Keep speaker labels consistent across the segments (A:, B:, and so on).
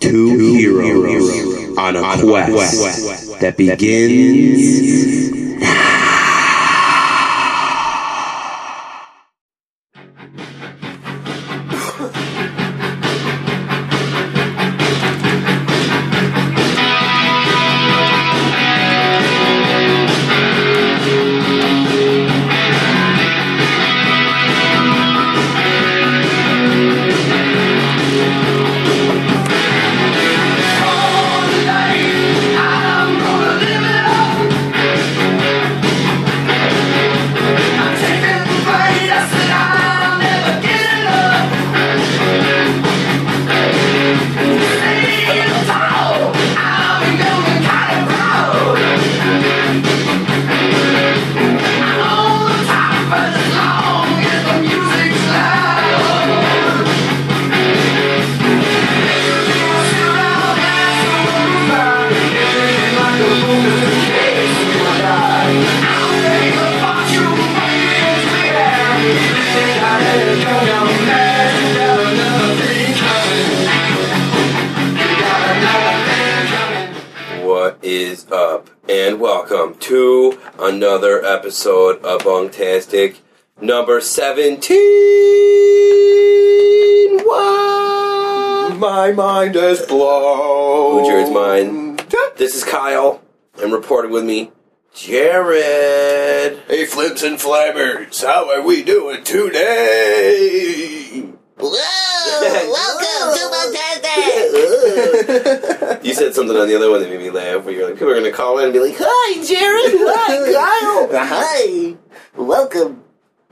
A: two heroes on a quest that begins
B: What is up? And welcome to another episode of Bungtastic number 17. What?
C: My mind is blown.
B: Who Jared's mind? This is Kyle, and reporting with me, Jared.
C: Hey, flips and flammers, how are we doing today?
D: Whoa! Oh, Welcome to Fantastic!
B: You said something on the other one that made me laugh, where you're like, people are going to call in and be like, Hi, Jared. Hi, Kyle.
D: Hi! Uh-huh. Welcome!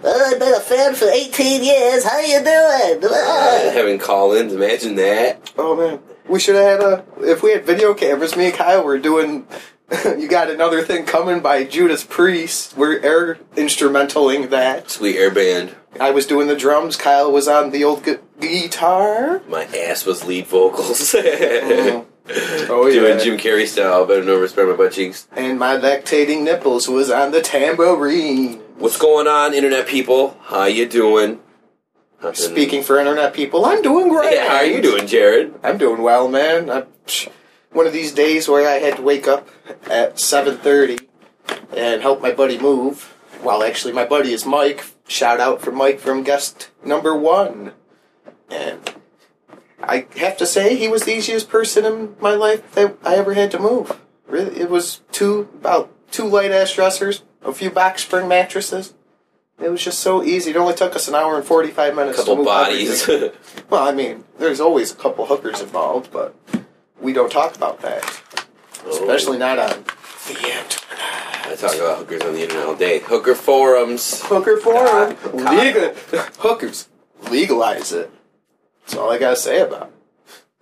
D: Oh, I've been a fan for 18 years. How you doing?
B: Uh,
D: Ah.
B: having call-ins, imagine that.
C: Oh man, we should have had a. If we had video cameras, me and Kyle were doing. you got another thing coming by Judas Priest. We're air instrumentaling that.
B: Sweet air band.
C: I was doing the drums. Kyle was on the old gu- guitar.
B: My ass was lead vocals.
C: Oh
B: Doing Jim Carrey style, better no respect my butt cheeks.
C: And my lactating nipples was on the tambourine.
B: What's going on, internet people? How you doing? Nothing.
C: Speaking for internet people, I'm doing great.
B: Yeah, how are you doing, Jared?
C: I'm doing well, man. I, psh, one of these days where I had to wake up at 7:30 and help my buddy move. Well, actually, my buddy is Mike. Shout out for Mike from guest number one. And I have to say, he was the easiest person in my life that I ever had to move. Really, it was two about two light ass dressers, a few box spring mattresses. It was just so easy. It only took us an hour and 45 minutes to
B: Couple
C: move
B: bodies.
C: everything. Well, I mean, there's always a couple hookers involved, but we don't talk about that. Especially not on the internet.
B: Oh, I talk about hookers on the internet all day. Hooker forums.
C: Hooker forum.
B: Talk.
C: Legal. Hookers. Legalize it. That's all I gotta say about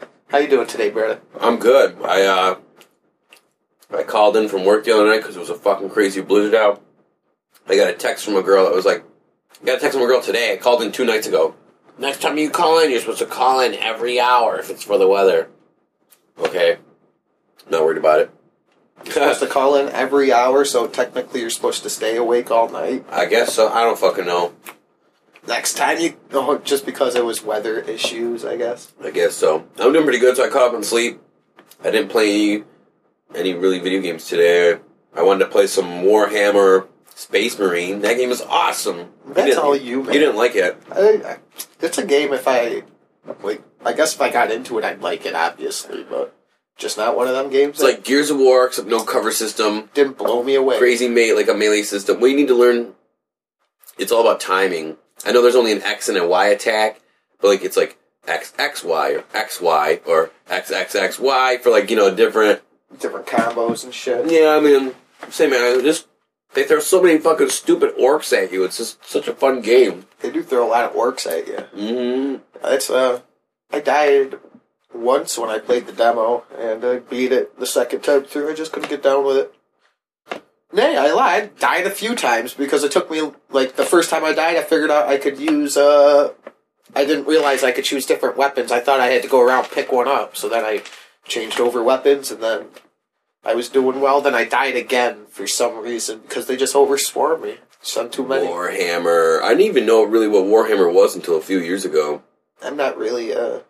C: it. How you doing today, Bretta?
B: I'm good. I uh, I called in from work the other night because it was a fucking crazy blizzard out. I got a text from a girl that was like, I got a text from a girl today. I called in two nights ago. Next time you call in, you're supposed to call in every hour if it's for the weather. Okay. Not worried about
C: Supposed
B: it.
C: to call in every hour, so technically you're supposed to stay awake all night.
B: I guess so. I don't fucking know.
C: Next time you, oh, just because it was weather issues, I guess.
B: I guess so. I'm doing pretty good, so I caught up on sleep. I didn't play any really video games today. I wanted to play some Warhammer Space Marine. That game is awesome. You
C: That's
B: didn't-
C: all you,
B: You
C: man.
B: didn't like it.
C: I, I, it's a game if I like. I guess if I got into it, I'd like it obviously, but just not one of them games
B: It's like Gears of War, except no cover system.
C: that didn't blow me away.
B: Crazy mate, like a melee system. What you need to learn, it's all about timing. I know there's only an X and a Y attack, but like it's like X X Y or X Y or X X X Y for like you know different.
C: Different combos and shit.
B: Yeah, I mean, same man. I Just they throw so many fucking stupid orcs at you. It's just such a fun game.
C: They do throw a lot of orcs at you.
B: Mm-hmm.
C: It's uh, I died once when I played the demo, and I beat it the second time through. I just couldn't get down with it. Nay, I lied. Died a few times because it took me like the first time I died, I figured out I could use. uh I didn't realize I could choose different weapons. I thought I had to go around pick one up, so then I changed over weapons, and then I was doing well. Then I died again for some reason because they just overswarmed me. Some too many.
B: Warhammer. I didn't even know really what Warhammer was until a few years ago.
C: I'm not really uh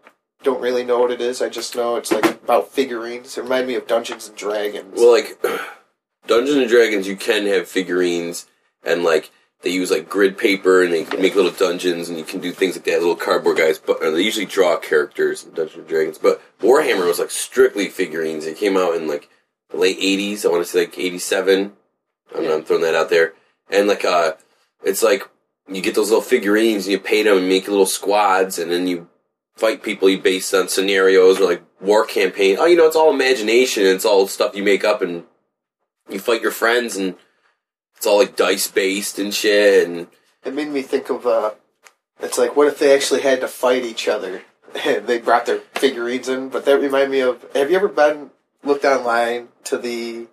C: don't really know what it is. I just know it's like about figurines. It reminded me of Dungeons and Dragons.
B: Well, like Dungeons and Dragons, you can have figurines, and like they use like grid paper, and they can make little dungeons, and you can do things like that. Little cardboard guys, but uh, they usually draw characters in Dungeons and Dragons. But Warhammer was like strictly figurines. It came out in like the late '80s. I want to say like '87. I'm, I'm throwing that out there, and like uh, it's like you get those little figurines, and you paint them, and make little squads, and then you fight people you based on scenarios or like war campaign. Oh, you know, it's all imagination. It's all stuff you make up and you fight your friends and it's all like dice based and shit. And
C: it made me think of uh, it's like what if they actually had to fight each other and they brought their figurines in? But that reminded me of have you ever been looked online to the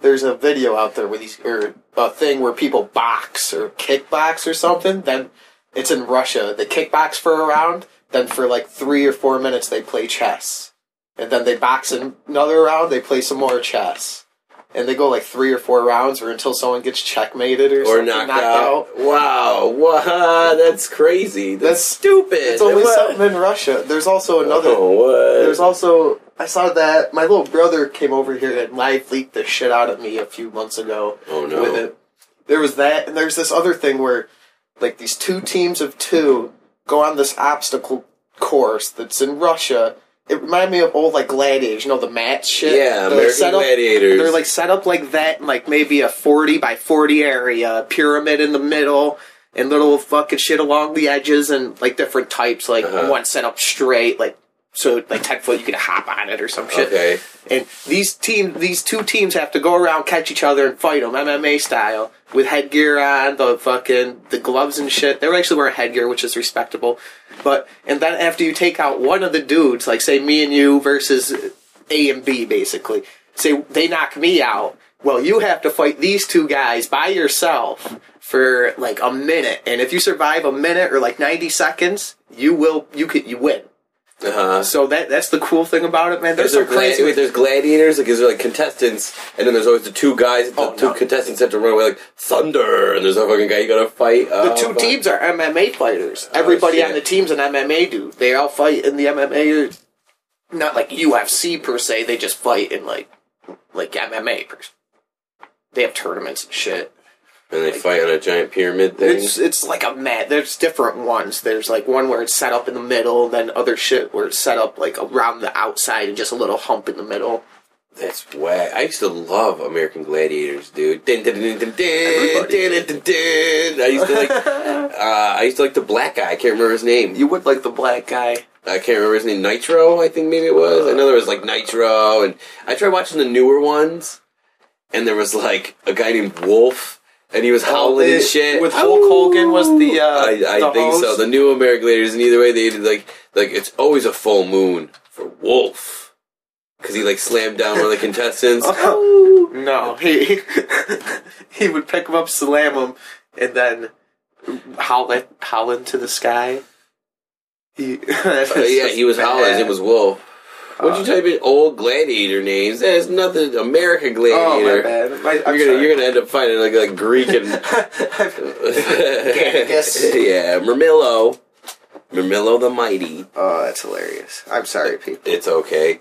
C: there's a video out there where these or a thing where people box or kickbox or something. Then it's in Russia. They kickbox for a round, then for like three or four minutes they play chess, and then they box in another round. They play some more chess, and they go like three or four rounds or until someone gets checkmated or,
B: or
C: something,
B: knocked, out. Wow, wow, that's crazy. That's,
C: That's-
B: stupid.
C: It's only
B: What?
C: something in Russia. There's also another.
B: Oh, what?
C: There's also I saw that my little brother came over here and live leaked the shit out of me a few months ago.
B: Oh, no.
C: With it, there was that, and there's this other thing where like these two teams of two go on this obstacle course that's in Russia. It reminded me of old like gladiators, you know the mat shit.
B: Yeah,
C: They're
B: American
C: set up-
B: Gladiators.
C: They're like set up like that, in like maybe a forty by forty area, pyramid in the middle, and little fucking shit along the edges, and like different types, like
B: Uh-huh.
C: one set up straight, like so like ten foot, you could hop on it or some shit.
B: Okay.
C: And these team, these two teams have to go around, catch each other, and fight them MMA style with headgear on, the fucking the gloves and shit. They were actually wearing headgear, which is respectable. But and then after you take out one of the dudes, like say me and you versus A and B, basically, say they knock me out. Well, you have to fight these two guys by yourself for like a minute, and if you survive a minute or like ninety seconds, you will you could you win.
B: Uh-huh.
C: So that that's the cool thing about it, man. There's
B: There's,
C: some
B: a gla-
C: crazy.
B: wait, there's gladiators, like, is there like contestants, and then there's always the two guys, the
C: Oh,
B: two
C: no.
B: contestants have to run away, like Thunder, and there's a fucking guy you gotta fight. Oh,
C: The two teams are MMA fighters. Everybody on the
B: shit.
C: team's an MMA dude. They all fight in the MMA. or- Not like UFC per se. They just fight in like like MMA. Per se. They have tournaments and shit.
B: And they fight on a giant pyramid thing.
C: It's it's like a mat. There's different ones. There's like one where it's set up in the middle, then other shit where it's set up like around the outside and just a little hump in the middle.
B: That's whack. I used to love American Gladiators, dude. Dun, dun, dun, dun, dun, dun,
C: Everybody
B: dun, dun, dun. I used to like. uh, I used to like the black guy. I can't remember his name.
C: You would like the black guy.
B: I can't remember his name. Nitro, I think maybe it was. I know there was like Nitro, and I tried watching the newer ones, and there was like a guy named Wolf, and he was howling and shit
C: Oh, with Hulk Hogan was the uh,
B: I, I
C: the
B: think so.
C: host.
B: The new American Gladiators, and either way, they did like like it's always a full moon for Wolf because he like slammed down one of the
C: Oh,
B: contestants. Uh,
C: No, he he would pick him up, slam him, and then howl it, howl into the sky. He,
B: Uh, yeah, he was howling. His name was Wolf. What'd
C: Uh,
B: you type in old gladiator names? There's nothing American
C: Oh my
B: gladiator.
C: bad. My, I'm
B: you're gonna
C: sorry.
B: you're gonna end up finding like like Greek and
C: Gannicus.
B: yeah, Mermillo, Mermillo the Mighty.
C: oh, that's hilarious. I'm sorry, people.
B: It's okay.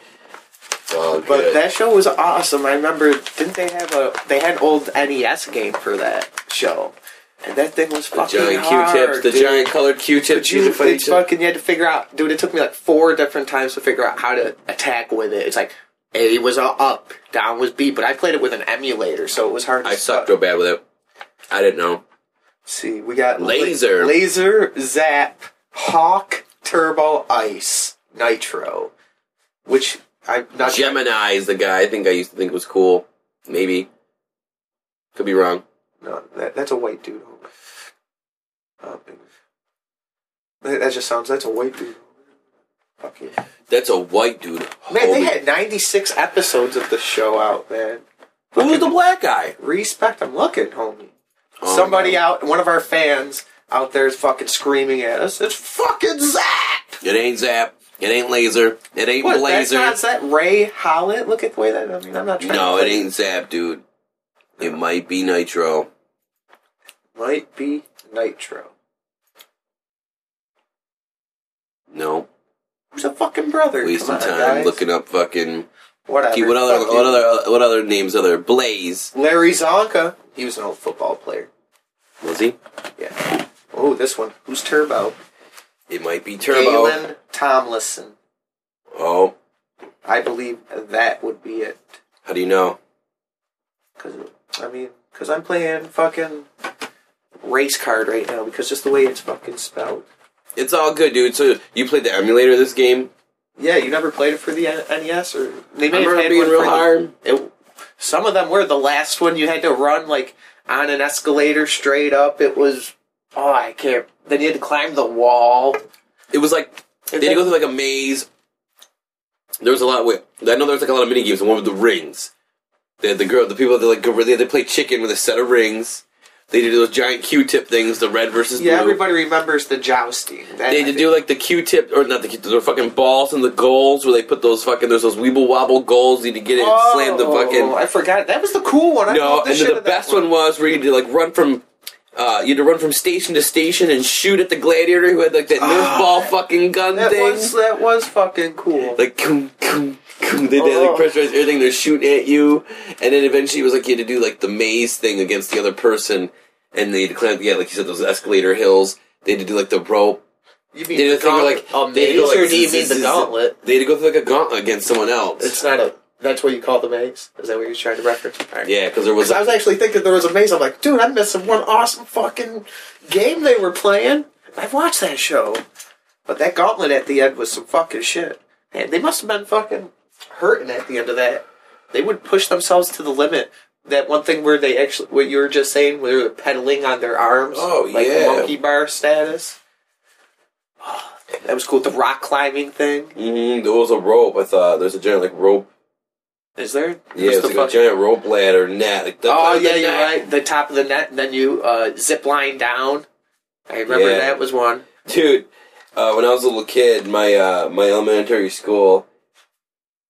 B: It's all
C: But
B: good.
C: that show was awesome. I remember. Didn't they have a? They had an old NES game for that show, and that thing was fucking
B: giant
C: hard.
B: Q-tips, the
C: dude.
B: giant colored Q-tips.
C: But you,
B: used to fight
C: it's
B: each other.
C: fucking, you had to figure out, dude. It took me like four different times to figure out how to attack with it. It's like A was a up, down was B, but I played it with an emulator, so it was hard.
B: I
C: to
B: sucked
C: fuck-
B: real bad with it. I didn't know.
C: See, we got
B: Laser.
C: laser, zap, hawk, turbo, ice, nitro, which I'm not.
B: Gemini is the guy I think I used to think was cool. Maybe. Could be wrong.
C: No, that, that's a white dude. Hold on. Uh, that, that just sounds. That's a white dude. Fuck yeah.
B: That's a white dude.
C: Man, they
B: Holy-
C: had 96 episodes of the show out, man.
B: Who was the black guy?
C: Respect, I'm looking, homie.
B: Oh,
C: Somebody
B: no.
C: out, one of our fans out there is fucking screaming at us. It's fucking Zap!
B: It ain't Zap. It ain't Laser. It ain't
C: What,
B: Blazer.
C: that's not that Ray Hollett? Look at the way that, I mean, I'm not trying
B: no,
C: to
B: it ain't Zap, dude. It might be Nitro.
C: Might be Nitro.
B: No.
C: Who's a fucking brother?
B: Wasting
C: Come on,
B: time
C: guys.
B: looking up fucking.
C: Whatever.
B: Gee, what other
C: Fucking
B: what other what other names other Blaze
C: Larry Zonka. He was an old football player.
B: was he?
C: Yeah. Oh, this one. Who's Turbo?
B: It might be Turbo.
C: Galen Tomlinson.
B: Oh,
C: I believe that would be it.
B: how do you know?
C: Cause I mean, cause I'm playing fucking race card right now because just the way it's fucking spelled.
B: It's all good, dude. So you played the emulator of this game?
C: Yeah, you never played it for the N- NES or they
B: I
C: may have
B: remember
C: had
B: it being
C: one
B: real
C: for the-
B: hard.
C: it, some of them were the last one you had to run like on an escalator straight up. It was oh I can't. Then you had to climb the wall.
B: It was like they had to go through like a maze. There was a lot. Wait, I know there was like a lot of mini games. The one with the rings. They had the girl, the people that like go- they had to play chicken with a set of rings. They did those giant Q-tip things, the red versus
C: Yeah,
B: blue.
C: everybody remembers the jousting. That,
B: They had to do like the Q-tip or not the Q-tip, the fucking balls and the goals where they put those fucking there's those weeble wobble goals. You had to get in and slam the
C: Oh,
B: fucking
C: I forgot that was the cool one. I
B: No,
C: love the
B: and
C: shit
B: then the
C: of that
B: best one. was where you had to like run from, uh, you had to run from station to station and shoot at the gladiator who had like that nerf ball fucking gun
C: Ah, That
B: thing.
C: was that was fucking cool.
B: Like, cum, cum, cum. They, they
C: Oh.
B: like pressurize everything. They're shooting at you, and then eventually it was like you had to do like the maze thing against the other person, and they had to climb. Yeah, like you said, those escalator hills. They had to do like the rope.
C: you
B: They had to think of, like
C: Um,
B: they had to go, like, zzz, zzz, zzz. They had to go through like a gauntlet against someone else.
C: It's not a. That's what you call the maze. Is that what you're trying to reference? All right.
B: yeah, because there was
C: Because I was actually thinking there was a maze. I'm like, dude, I'm missing one awesome fucking game they were playing. I've watched that show, but that gauntlet at the end was some fucking shit. And they must have been fucking hurting at the end of that. They would push themselves to the limit. That one thing where they actually, what you were just saying, where they were pedaling on their arms,
B: Oh,
C: like the
B: yeah.
C: monkey bar status. Oh, That was cool. The rock climbing thing.
B: Mhm, there was a rope. I thought there's a giant like rope
C: Is there?
B: Yeah,
C: What's
B: it's
C: the
B: like
C: fuck-
B: a giant rope ladder net. Like, the
C: Oh
B: top of the
C: yeah, you're
B: net.
C: right. The top of the net, and then you uh, zip line down. I remember
B: Yeah.
C: that was one.
B: dude. Uh, when I was a little kid, my uh, my elementary school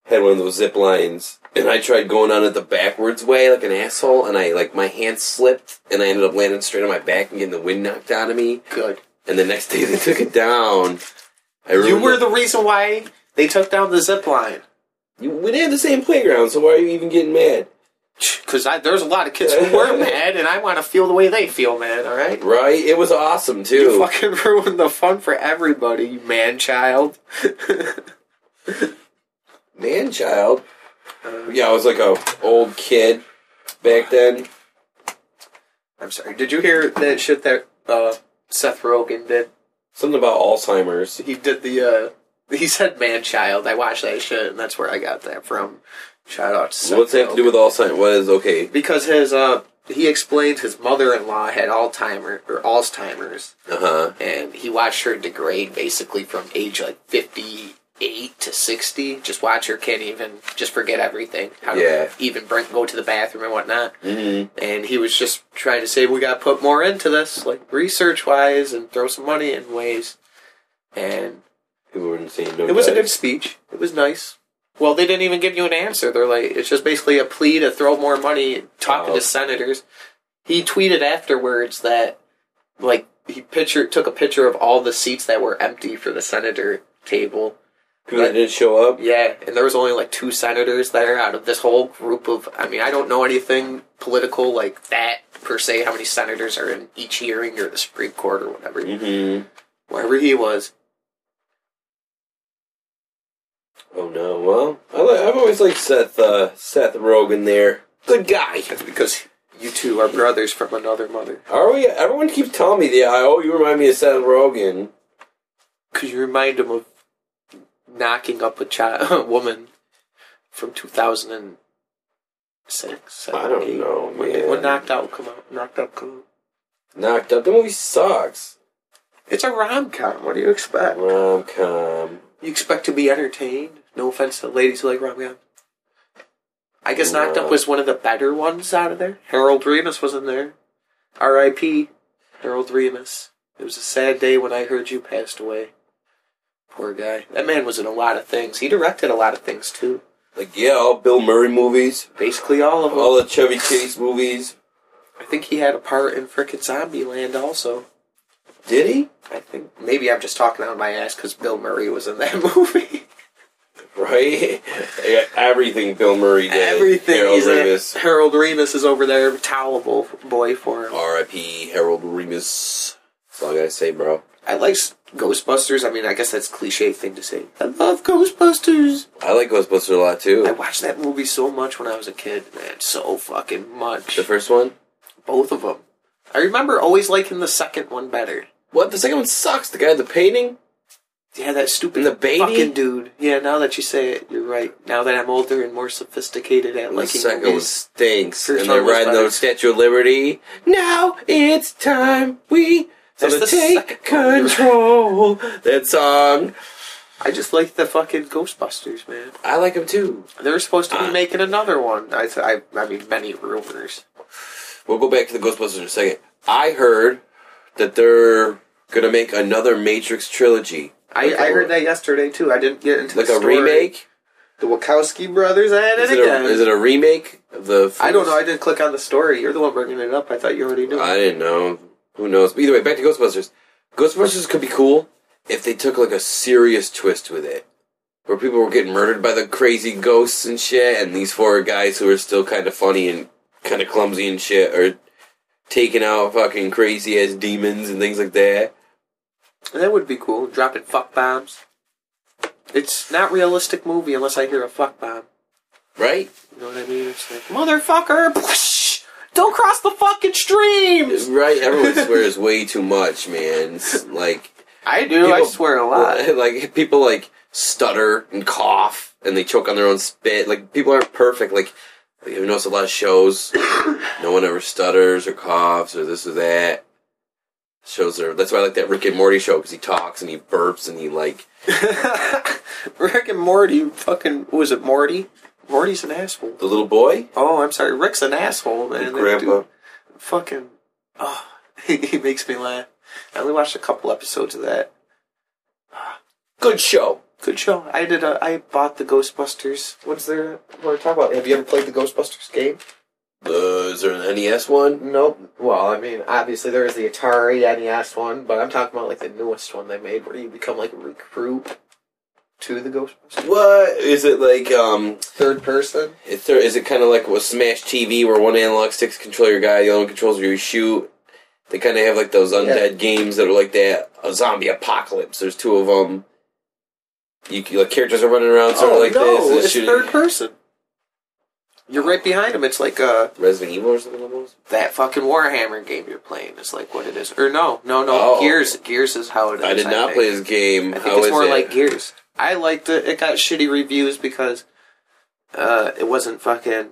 B: had one of those zip lines, and I tried going on it the backwards way like an asshole, and I like my hand slipped, and I ended up landing straight on my back and getting the wind knocked out of me.
C: Good.
B: And the next day they took it down. I
C: You
B: remember-
C: were the reason why they took down the zip line.
B: You- we didn't have the same playground, so why are you even getting mad?
C: Because there's a lot of kids who were mad, and I want to feel the way they feel, man. All right.
B: Right? It was awesome too.
C: You fucking ruined the fun for everybody, you man child.
B: man child.
C: Uh.
B: yeah, I was like a old kid back then.
C: I'm sorry. Did you hear that shit that uh, Seth Rogen did?
B: Something about Alzheimer's.
C: He did the. Uh, he said man child. I watched that shit, and that's where I got that from. Shout out to Seth
B: What's that have to
C: Rogen.
B: do with Alzheimer's? What is okay?
C: because his uh he explained his mother-in-law had Alzheimer or Alzheimer's
B: Uh huh.
C: and he watched her degrade basically from age like 58 to 60 just watch her can't even just forget everything how
B: Yeah.
C: to even bring, go to the bathroom and whatnot
B: Mm-hmm.
C: and he was just trying to say we got to put more into this like research wise and throw some money in ways and
B: People were insane. No
C: it was a good
B: guys.
C: speech. It was nice. Well, they didn't even give you an answer. They're like, it's just basically a plea to throw more money, talking
B: Oh.
C: to senators. He tweeted afterwards that, like, he picture took a picture of all the seats that were empty for the senator table.
B: People that didn't show up.
C: Yeah, and there was only like two senators there out of this whole group of. I mean, I don't know anything political like that per se. How many senators are in each hearing or the Supreme Court or whatever?
B: Mm-hmm.
C: Wherever he was,
B: Oh no. Well, I li- I've always liked Seth uh, Seth Rogen. There, good guy.
C: that's because you two are brothers from another mother.
B: Are we? Everyone keeps telling me that. I, oh, you remind me of Seth Rogen.
C: Because you remind him of knocking up a child, a woman from 2006,
B: I don't
C: eight.
B: know,
C: When,
B: man.
C: when Knocked Out come out. Knocked Out come out.
B: Knocked up. The movie sucks.
C: It's a rom-com. What do you expect?
B: Rom com.
C: You expect to be entertained? No offense to ladies who like rom-com. I guess Knocked Up
B: No.
C: was one of the better ones out of there. Harold Remus was in there. R.I.P. Harold Remus. It was a sad day when I heard you passed away. Poor guy. That man was in a lot of things. He directed a lot of things too.
B: Like yeah, all Bill Murray movies,
C: Basically all of them.
B: all the Chevy Chase movies.
C: I think he had a part in frickin' Zombieland also.
B: Did he? I think
C: Maybe I'm just talking out my ass because Bill Murray was in that movie.
B: right. Yeah, everything Bill Murray did.
C: Everything
B: Harold
C: he's in.
B: Ramis.
C: Harold Remus is over there, towelable boy for him.
B: R.I.P. Harold Remus. That's all I gotta say, bro.
C: I like s- Ghostbusters. I mean, I guess that's a cliche thing to say. I love Ghostbusters.
B: I like Ghostbusters a lot
C: I
B: too.
C: watched that movie so much when I was a kid, man. So fucking much.
B: The first one.
C: Both of them. I remember always liking the second one better.
B: What? The second one sucks. The guy in the painting.
C: Yeah, that stupid
B: And the baby?
C: fucking dude. Yeah, now that you say it, you're right. Now that I'm older and more sophisticated at
B: The
C: liking
B: second one
C: movies.
B: stinks.
C: First
B: and
C: one
B: they're
C: was
B: riding
C: better.
B: the Statue of Liberty. Now it's time we
C: That's
B: to
C: the
B: take
C: second one.
B: control. that song.
C: I just like the fucking Ghostbusters, man.
B: I like him too.
C: They're supposed to be
B: Uh.
C: making another one. I, I, I mean, many rumors.
B: We'll go back to the Ghostbusters in a second. I heard that they're gonna make another Matrix trilogy.
C: I, I heard that yesterday too. I didn't get into
B: like
C: the
B: a
C: story.
B: remake.
C: The Wachowski brothers at it,
B: Is it,
C: again.
B: a, is it a remake of the? First? Uh,
C: I don't know. I didn't click on the story. You're the one bringing it up. I thought you already knew.
B: I didn't know. Who knows? But either way, back to Ghostbusters. Ghostbusters could be cool if they took like a serious twist with it, where people were getting murdered by the crazy ghosts and shit, and these four guys who are still kind of funny and kind of clumsy and shit are taking out fucking crazy ass demons and things like that.
C: that would be cool. Dropping fuck bombs. It's not realistic movie unless I hear a fuck bomb.
B: Right?
C: You know what I mean? It's like motherfucker. Don't cross the fucking streams.
B: Right? Everyone swears way too much, man. It's like
C: I do. I
B: People-
C: swear a lot.
B: Well, like people like stutter and cough and they choke on their own spit. Like people aren't perfect. Like you notice a lot of shows, no one ever stutters or coughs or this or that. Shows are that's why I like that Rick and Morty show because he talks and he burps and he like
C: Rick and Morty. Fucking who is it? Morty. Morty's an asshole.
B: the little boy.
C: Oh, I'm sorry. Rick's an asshole, man. That dude Fucking. Oh, he makes me laugh. I only watched a couple episodes of that.
B: good show.
C: Good show. I did. A, I bought the Ghostbusters. What's there? What are we talking about? Have you ever played the Ghostbusters game?
B: Uh, is there an NES one?
C: Nope. Well, I mean, obviously there is the Atari NES one, but I'm talking about like the newest one they made, where you become like a recruit to the Ghostbusters,
B: What is it like? Um,
C: third person.
B: is there is it kind of like with Smash TV where one analog sticks control your guy, the other one controls your shoot? They kind of have like those undead games that are like that. A zombie apocalypse. There's two of them. You c- like characters are running around sort of like this. and
C: Oh, it's
B: shooting-
C: third person. You're right behind him. It's like uh,
B: Resident Evil or something almost.
C: that fucking Warhammer game you're playing. Is like what it is. Or no, no, no.
B: Oh.
C: Gears. Gears is how it is.
B: I did
C: think.
B: not play this game.
C: I think
B: How
C: it's
B: is
C: more
B: it?
C: like Gears. I liked it. It got shitty reviews because uh, it wasn't fucking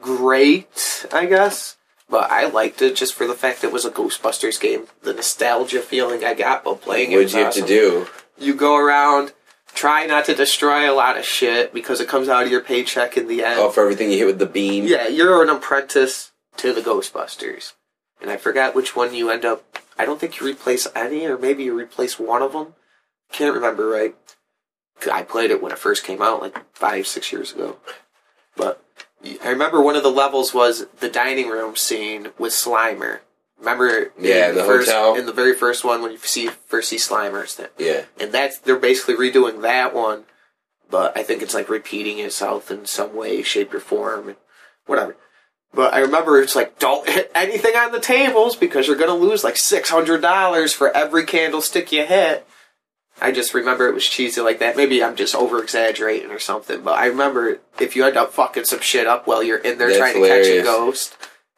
C: great, I guess. But I liked it just for the fact that it was a Ghostbusters game. The nostalgia feeling I got while playing it.
B: What'd
C: was
B: you have
C: awesome.
B: to do?
C: You go around, try not to destroy a lot of shit because it comes out of your paycheck in the end.
B: Oh, for everything you hit with the beam.
C: Yeah, you're an apprentice to the Ghostbusters. And I forgot which one you end up. I don't think you replace any, or maybe you replace one of them. Can't remember right. 'Cause I played it when it first came out, like five, six years ago. But I remember one of the levels was the dining room scene with Slimer. Remember?
B: Yeah, the
C: first,
B: hotel.
C: In the very first one, when you see first see Slimer's, that
B: Yeah.
C: and that's they're basically redoing that one, but I think it's like repeating itself in some way, shape, or form, and whatever. But I remember it's like don't hit anything on the tables because you're gonna lose like six hundred dollars for every candlestick you hit. I just remember it was cheesy like that. Maybe I'm just over exaggerating or something, but I remember if you end up fucking some shit up while you're in there
B: That's
C: trying to catch a
B: hilarious.
C: ghost,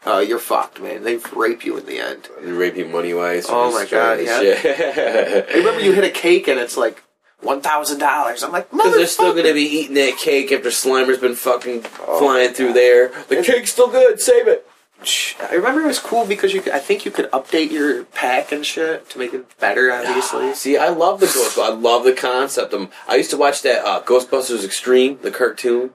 C: uh, you're fucked, man. They rape you in the end.
B: They Rape you money wise.
C: Oh my God,
B: Yeah.
C: I remember you hit a cake and it's like one thousand dollars. I'm like,
B: Because they're still
C: "Motherfucker." Oh,
B: gonna be eating that cake after Slimer's been fucking flying through there. The cake's still good. Save it.
C: I remember it was cool because you. Could, I think you could update your pack and shit to make it better. Obviously,
B: See, I love the ghost. I love the concept. i I used to watch that uh, Ghostbusters Extreme, the cartoon.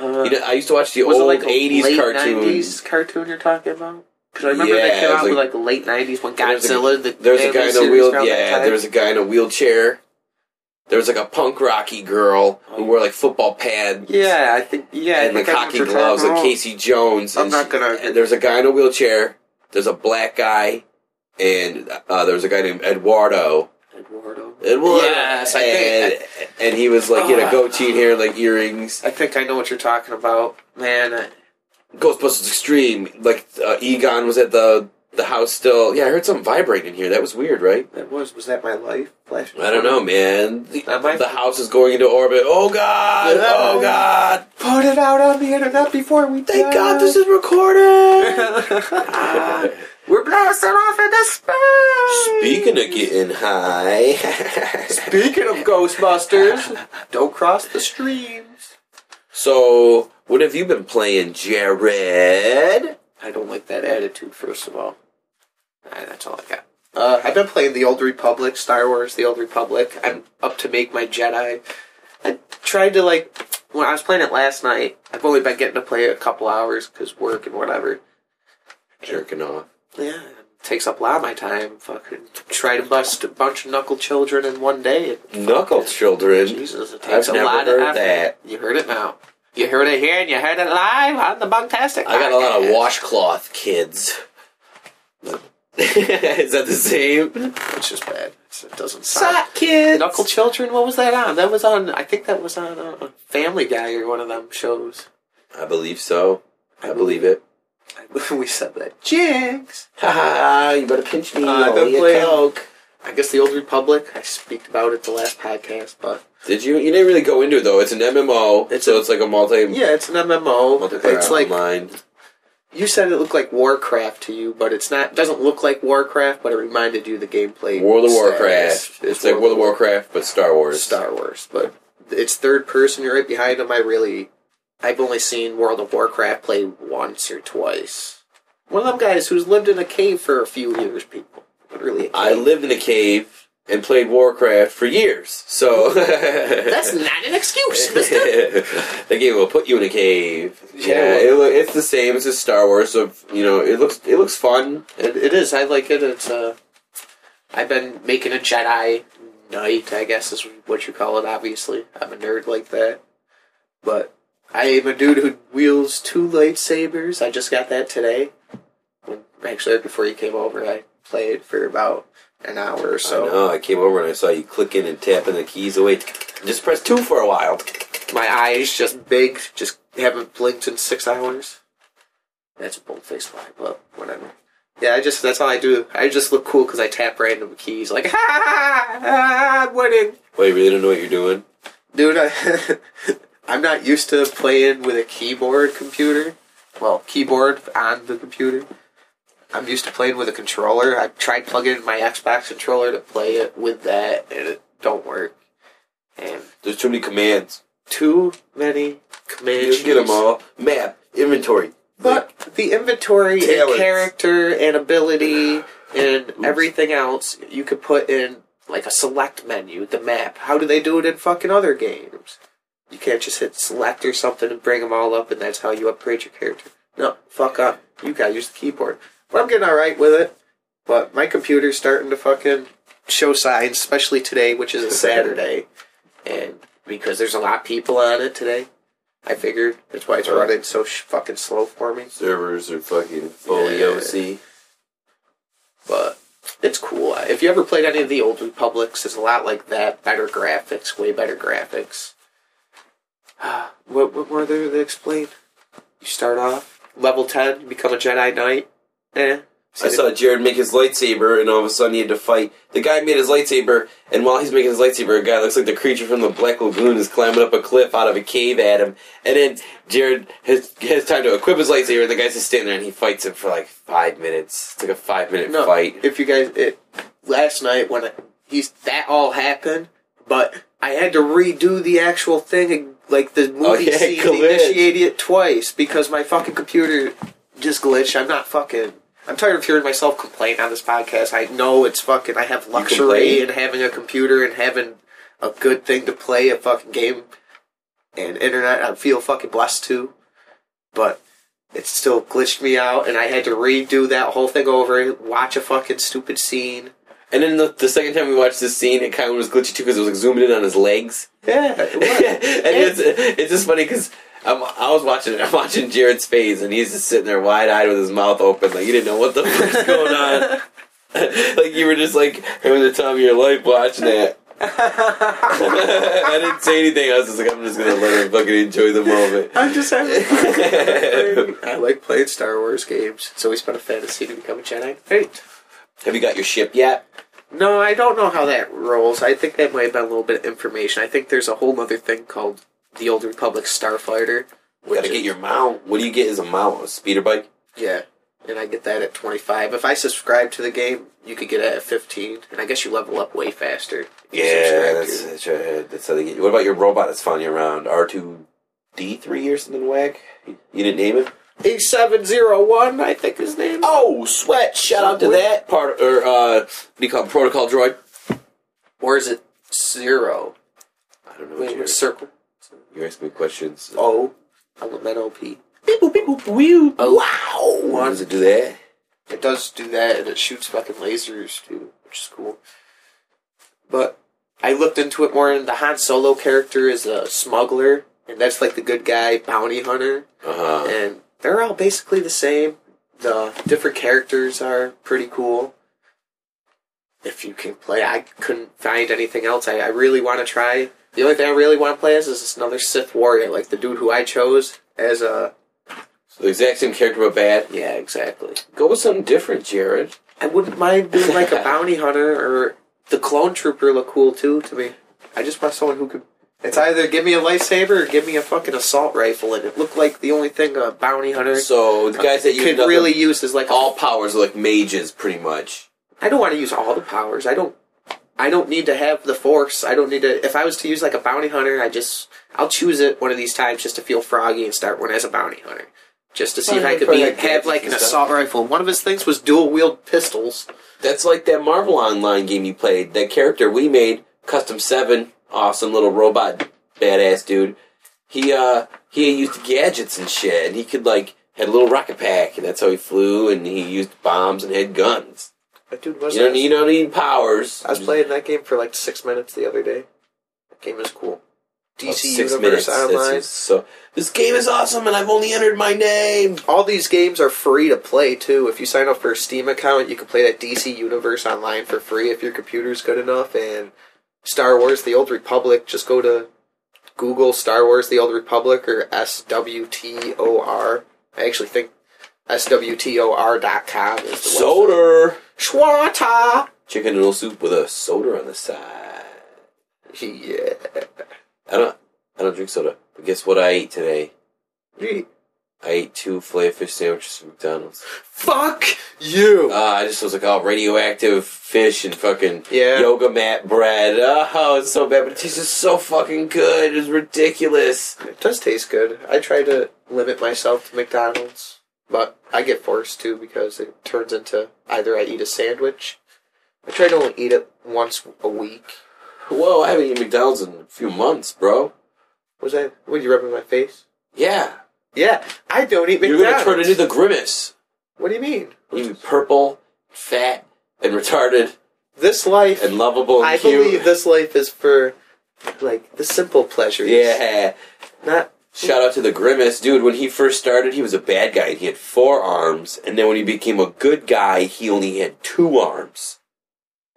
C: uh,
B: You know, I used to watch the
C: was
B: old
C: it like a
B: '80s
C: late
B: cartoon.
C: 90s cartoon you're talking about? Because I remember
B: Yeah,
C: that came
B: it was
C: out
B: like-
C: with like the late '90s when
B: There was a-
C: Godzilla. the
B: There was a
C: anime
B: guy in a
C: series
B: wheel.
C: around that
B: Yeah,
C: time.
B: there was a guy in a wheelchair. There was like a punk rocky girl who wore like football pads.
C: Oh, Yeah, I think. Yeah, I
B: and like
C: think I know
B: hockey
C: what you're talking
B: gloves, like
C: about.
B: Casey Jones.
C: I'm
B: and
C: not
B: she-
C: gonna-
B: And there's a guy in a wheelchair. There's a black guy. and uh, there was a guy named Eduardo.
C: Eduardo.
B: Eduardo.
C: Yes, I think-
B: and, and he was like he had a
C: Ah.
B: goatee and hair and like earrings.
C: I think I know what you're talking about, man. I,
B: Ghostbusters Extreme. Like uh, Egon was at the the house still. Yeah, I heard something vibrating in here. That was weird, right?
C: that was was that my life? Flash.
B: I don't know, man. The,
C: That might-
B: the house is going into orbit. Oh god!
C: Yeah.
B: Oh god!
C: Put it out on the internet before we.
B: Thank
C: die.
B: God this Ah. is recorded.
C: We're blasting off into space.
B: Speaking of getting high,
C: Speaking of Ghostbusters, don't cross the streams.
B: so what have you been playing, Jared?
C: I don't like that attitude. First of all, Ah, that's all I got. Uh, I've been playing the Old Republic, Star Wars: The Old Republic. I'm up to make my Jedi. I tried to like when I was playing it last night. I've only been getting to play a couple hours because work and whatever.
B: Jerking off.
C: Yeah, takes up a lot of my time. Fucking try to bust a bunch of knuckle children in one day.
B: Knuckle children.
C: Jesus, it
B: I've
C: takes a
B: never
C: lot
B: heard
C: of effort.
B: that.
C: You heard it now. You heard it here and you heard it live on the Bunktastic.
B: I got a lot of
C: Podcast.
B: washcloth kids. Is that the same?
C: It's just bad. It's- It doesn't sound.
B: Sock kids.
C: Knuckle Children, what was that on? That was on, I think that was on uh, Family Guy or one of them shows.
B: I believe so. I believe it.
C: we said that. Jigs!
B: Haha, you better pinch me.
C: Uh, I've been playing- I guess the Old Republic, I speak about it the last podcast, but
B: Did you? You didn't really go into it though. It's an MMO,
C: It's
B: so
C: a-
B: it's like a multi.
C: yeah, it's an MMO.
B: multiplayer
C: It's like
B: online.
C: You said it looked like Warcraft to you, but it's not. Doesn't look like Warcraft, but it reminded you of the gameplay.
B: World of
C: status.
B: Warcraft. It's, like World of Warcraft, but Star Wars.
C: Star Wars, but it's third person. You're right behind them. I really, I've only seen World of Warcraft play once or twice. One of them guys who's lived in a cave for a few years. People, literally. a
B: I
C: cave.
B: lived in a cave and played Warcraft for years, so
C: That's not an excuse. mister.
B: they game will put you in a cave.
C: Yeah,
B: Yeah,
C: well-
B: it loo- it's the same as a Star Wars. Of you know, it looks it looks fun.
C: It, it is. I like it. It's uh, I've been making a Jedi Knight. I guess is what you call it. Obviously, I'm a nerd like that. But I am a dude who wields two lightsabers. I just got that today. When- Actually, right before you came over, I played for about an hour or
B: So I,
C: so.
B: know, I came over and I saw you clicking and tapping the keys away. Just press two for a while.
C: My eyes just big, just haven't blinked in six hours. That's a bold faced lie, but whatever. Yeah, I just that's all I do. I just look cool because I tap random keys, like ha ha ha, ha, I'm winning,
B: Wait, you really don't know what you're doing?
C: dude. I, I'm not used to playing with a keyboard computer. Well, keyboard on the computer. I'm used to playing with a controller. I tried plugging in my Xbox controller to play it with that, and it don't work. And
B: There's too many commands.
C: too many commands.
B: You get them all. Map, inventory.
C: But the inventory
B: Talents.
C: and character and ability and everything else you could put in like a select menu, the map. How do they do it in fucking other games? You can't just hit select or something and bring them all up and that's how you upgrade your character. No, fuck up. You gotta use the keyboard. But I'm getting alright with it. But my computer's starting to fucking show signs, especially today, which is a Saturday. And because there's a lot of people on it today, I figured that's why it's running so sh- fucking slow for me.
B: Servers are fucking fully
C: Yeah.
B: OC.
C: but it's cool. If you ever played any of the old Republics, it's a lot like that. Better graphics, way better graphics. Uh, what, what were there to explain? You start off level ten, you become a Jedi Knight. Eh.
B: I saw Jared make his lightsaber, and all of a sudden he had to fight. The guy made his lightsaber, and while he's making his lightsaber, a guy looks like the creature from the Black Lagoon is climbing up a cliff out of a cave at him. And then Jared has, has time to equip his lightsaber, and the guy's just standing there, and he fights him for like five minutes. It's like a five minute
C: no,
B: fight.
C: If you guys, it last night when I, he's that all happened, but I had to redo the actual thing, like the movie
B: Oh, yeah,
C: scene,
B: glitch.
C: initiated it twice because my fucking computer just glitched. I'm not fucking. I'm tired of hearing myself complain on this podcast. I know it's fucking. I have luxury
B: complain?
C: in having a computer and having a good thing to play a fucking game and internet. I feel fucking blessed too, but it still glitched me out, and I had to redo that whole thing over, watch a fucking stupid scene.
B: And then the, the second time we watched this scene, it kind of was glitchy too because it was like zooming in on his legs.
C: Yeah, it
B: and
C: was.
B: it's, it's just funny because I'm, I was watching I'm watching Jared's face, and he's just sitting there wide eyed with his mouth open, like he didn't know what the fuck's going on. like you were just like having the time of your life watching that. I didn't say anything. I was just like, I'm just gonna let her fucking enjoy the moment.
C: I'm just having. I like playing Star Wars games. It's always been a fantasy to become a Jedi Knight.
B: Have you got your ship yet?
C: No, I don't know how that rolls. I think that might have been a little bit of information. I think there's a whole other thing called the Old Republic Starfighter.
B: We
C: which
B: gotta get
C: is-
B: your mount. What do you get as a mount? A speeder bike?
C: Yeah, and I get that at 25. If I subscribe to the game, you could get it at 15, and I guess you level up way faster. if you subscribe
B: Yeah, that's,
C: to it.
B: that's, uh, that's how they get you. What about your robot that's following you around? R2 D3 or something wag? You didn't name it?
C: E701, I think his name. is.
B: Oh, sweat! Shout
C: out to that.
B: Part or uh what do you call it? protocol droid?
C: Or is it zero?
B: I don't
C: Wait, Oh,
B: know what you're,
C: what circle?
B: you're asking me questions.
C: O. Elemental P. Beep boop beep boop whew.
B: Wow! Does it do that?
C: It does do that, and it shoots fucking lasers too, which is cool. But I looked into it more, and the Han Solo character is a smuggler, and that's like the good guy bounty hunter,
B: Uh huh.
C: and they're all basically the same. The different characters are pretty cool. If you can play, I couldn't find anything else. I, I really want to try. The only thing I really want to play is is this another Sith warrior, like the dude who I chose as a.
B: So the exact same character but bad.
C: Yeah, exactly.
B: Go with something different, Jared.
C: I wouldn't mind being like a bounty hunter or the clone trooper look cool too to me. I just want someone who could. It's either give me a lightsaber or give me a fucking assault rifle, and it looked like the only thing a bounty hunter
B: So the guys that you
C: Uh, could really use is like
B: all powers are like mages, pretty much.
C: I don't want to use all the powers. I don't. I don't need to have the force. I don't need to. If I was to use like a bounty hunter, I just I'll choose it one of these times just to feel froggy and start one as a bounty hunter, just to see if I could be
B: Probably like
C: have like an
B: gadgets and
C: assault rifle. One of his things was dual wield pistols.
B: That's like that Marvel Online game you played. That character we made, Custom Seven, awesome little robot, badass dude. He uh he used gadgets and shit, and he could like had a little rocket pack, and that's how he flew. And he used bombs and had guns.
C: That dude was.
B: You don't, you don't need powers.
C: I was playing that game for like six minutes the other day. That game is cool. DC
B: Oh, six
C: Universe
B: minutes. That's
C: Online.
B: just so this game is awesome, and I've only entered my name.
C: All these games are free to play too. If you sign up for a Steam account, you can play that DC Universe Online for free if your computer's good enough. And Star Wars: The Old Republic. Just go to Google Star Wars: The Old Republic or SWTOR. I actually think SWTOR.com is the website.
B: Soda,
C: Schwanta.
B: chicken noodle soup with a soda on the side.
C: Yeah.
B: I don't I don't drink soda. But guess what I ate today? I ate two filet fish sandwiches from McDonald's.
C: Fuck you.
B: Uh, I just was like, oh, radioactive fish and fucking
C: Yeah.
B: yoga mat bread. Oh, it's so bad, but it tastes so fucking good. It's ridiculous.
C: It does taste good. I try to limit myself to McDonald's, but I get forced to because it turns into either I eat a sandwich. I try to only eat it once a week.
B: Whoa, I haven't eaten McDonald's in a few months, bro.
C: Was that what you rubbing my face?
B: Yeah,
C: Yeah, I don't eat
B: you're
C: McDonald's.
B: gonna turn into the grimace.
C: what do you mean?
B: You be purple, fat, and retarded,
C: This life,
B: and lovable, and
C: I
B: cute.
C: believe this life is for like the simple pleasures.
B: yeah.
C: not
B: Shout out to the Grimace. Dude, when he first started, he was a bad guy and he had four arms. And then when he became a good guy, he only had two arms.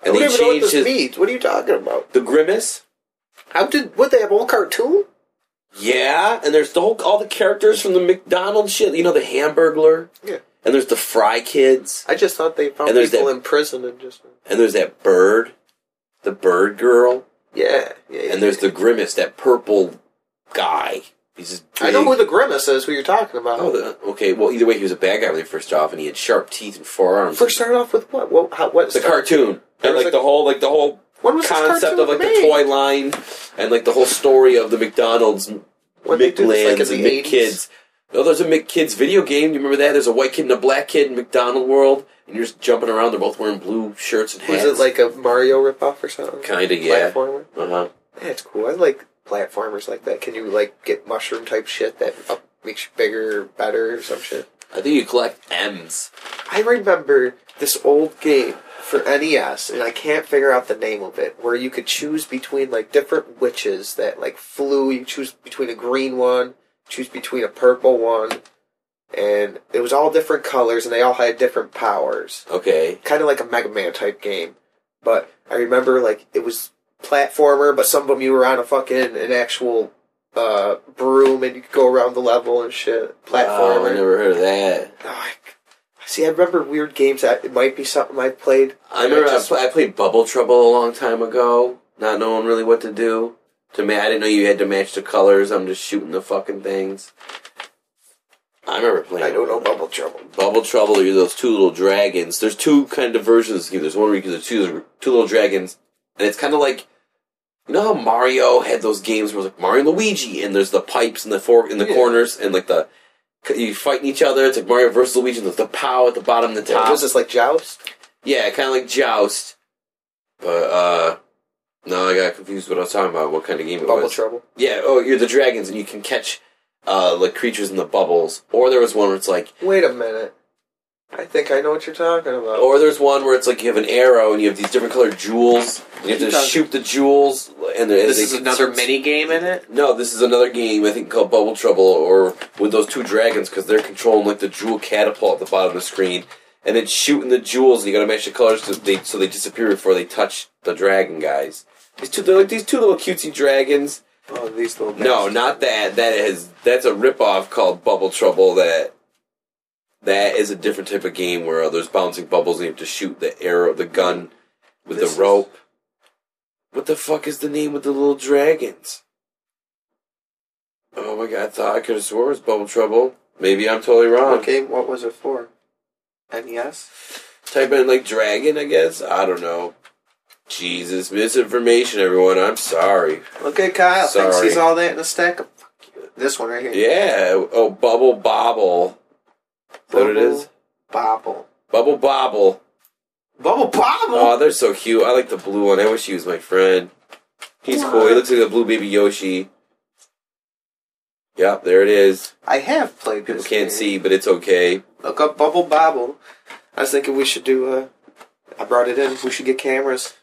C: I
B: And
C: don't
B: they
C: even know what
B: changed
C: this
B: his.
C: means. What are you talking about?
B: The Grimace?
C: How did what they have a whole cartoon?
B: Yeah. And there's the whole, all the characters from the McDonald's shit. You know, the Hamburglar?
C: Yeah.
B: And there's the Fry Kids.
C: I just thought they found
B: And there's
C: people
B: that-
C: in prison and just
B: And there's that bird. The bird girl.
C: yeah, yeah. yeah.
B: And there's the Grimace, that purple guy. He's just
C: I know
B: big.
C: who the grimace is. Who you're talking about?
B: Oh, the, okay. Well, either way, he was a bad guy when he first off, and he had sharp teeth and four arms.
C: First start off with what? What? How, what
B: the cartoon
C: There was
B: and like
C: like-
B: the whole like the whole
C: When was this
B: concept
C: cartoon
B: of like
C: made?
B: the toy line and like the whole story of the McDonald's
C: When they do this, like, in
B: McLands
C: the 80s?
B: and McKids. Oh, there's a McKids video game. You remember that? There's a white kid and a black kid in McDonald World, and you're just jumping around. They're both wearing blue shirts and
C: Was it
B: hats.
C: like a Mario ripoff or something?
B: kind of yeah?
C: Platformer.
B: Uh huh.
C: That's cool. I like platformers like that. Can you like get mushroom type shit that up, makes you bigger, or better, or some shit?
B: I think you collect M's.
C: I remember this old game for NES, and I can't figure out the name of it, where you could choose between like different witches that like flew. You choose between a green one, choose between a purple one, and it was all different colors, and they all had different powers.
B: Okay.
C: kind of like a Mega Man type game. But I remember like it was platformer, but some of them you were on a fucking an actual uh, broom and you could go around the level and shit.
B: Wow, Oh, I
C: Platformer.
B: never heard of that.
C: Oh, I, see, I remember weird games that it might be something I played.
B: I remember I,
C: just-
B: pl- I played Bubble Trouble a long time ago, not knowing really what to do. To me, I didn't know you had to match the colors. I'm just shooting the fucking things. I remember playing.
C: I don't know Bubble Trouble.
B: Bubble Trouble. You're those two little dragons. There's two kind of versions of the game. There's one where you can do two, two little dragons, and it's kind of like you know how Mario had those games where it was like Mario and Luigi, and there's the pipes in the fork in the
C: Yeah.
B: corners, and like the you fighting each other. It's like Mario versus Luigi. And there's the pow at the bottom, and the top.
C: What Was this like Joust?
B: Yeah, kind of like Joust. But, uh, no, I got confused what I was talking about, what kind of game it
C: Bubble
B: was.
C: Trouble.
B: Yeah, oh, you're the dragons and you can catch, uh, like creatures in the bubbles. Or there was one where it's like,
C: Wait a minute. I think I know what you're talking about.
B: or there's one where it's like you have an arrow and you have these different colored jewels. And you have to
C: Keep on-
B: shoot the jewels. And there-
E: This
B: they-
E: is another mini game in it.
B: No, this is another game I think called Bubble Trouble, or with those two dragons because they're controlling like the jewel catapult at the bottom of the screen, and then shooting the jewels. And you got to match the colors so they so they disappear before they touch the dragon guys. These two, they're like these two little cutesy dragons.
C: oh, these little
B: No, not that. That is that's a ripoff called Bubble Trouble. That that is a different type of game where uh, there's bouncing bubbles and you have to shoot the arrow, the gun with
C: This is-
B: the rope. What the fuck is the name of the little dragons? Oh my god, I thought I could have swore it was Bubble Trouble. Maybe I'm totally wrong.
C: Okay, what was it for? E NES?
B: Type in like dragon, I guess. I don't know. Jesus, misinformation, everyone. I'm sorry.
C: Okay, Kyle thinks
B: Sorry.
C: he's all that in a stack of. This one right here.
B: Yeah. Oh, Bubble Bobble. Is that what it is?
C: Bobble.
B: Bubble Bobble.
C: Bubble Bobble.
B: Oh, they're so cute. I like the blue one. I wish he was my friend. He's cool. He looks like a blue baby Yoshi. Yep, there it is.
C: I have played.
B: People
C: this
B: can't
C: game.
B: see, but it's okay.
C: Look up Bubble Bobble. I was thinking we should do. Uh, I brought it in. We should get cameras.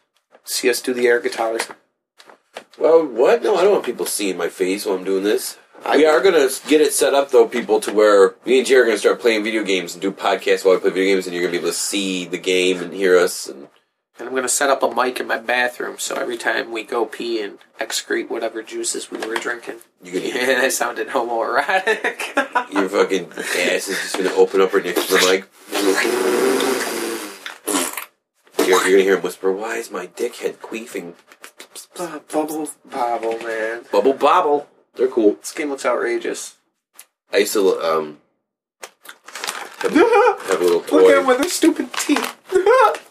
C: See us do the air guitars.
B: Well, what? No, I don't want people seeing my face while I'm doing this.
C: I-
B: we are gonna get it set up though, people, to where me and Jerry are gonna start playing video games and do podcasts while we play video games, and you're gonna be able to see the game and hear us. And
E: And I'm gonna set up a mic in my bathroom, so every time we go pee and excrete whatever juices we were drinking.
B: you can hear
E: Yeah, that sounded homoerotic.
B: your fucking ass is just gonna open up right next to the mic. You're, you're gonna hear him whisper, "Why is my dickhead queefing?"
C: Ah, Bubble Bobble, man.
B: Bubble Bobble. They're cool.
C: This game looks outrageous.
B: I used to um have,
C: Look
B: have a little
C: at him
B: toy.
C: with his stupid teeth.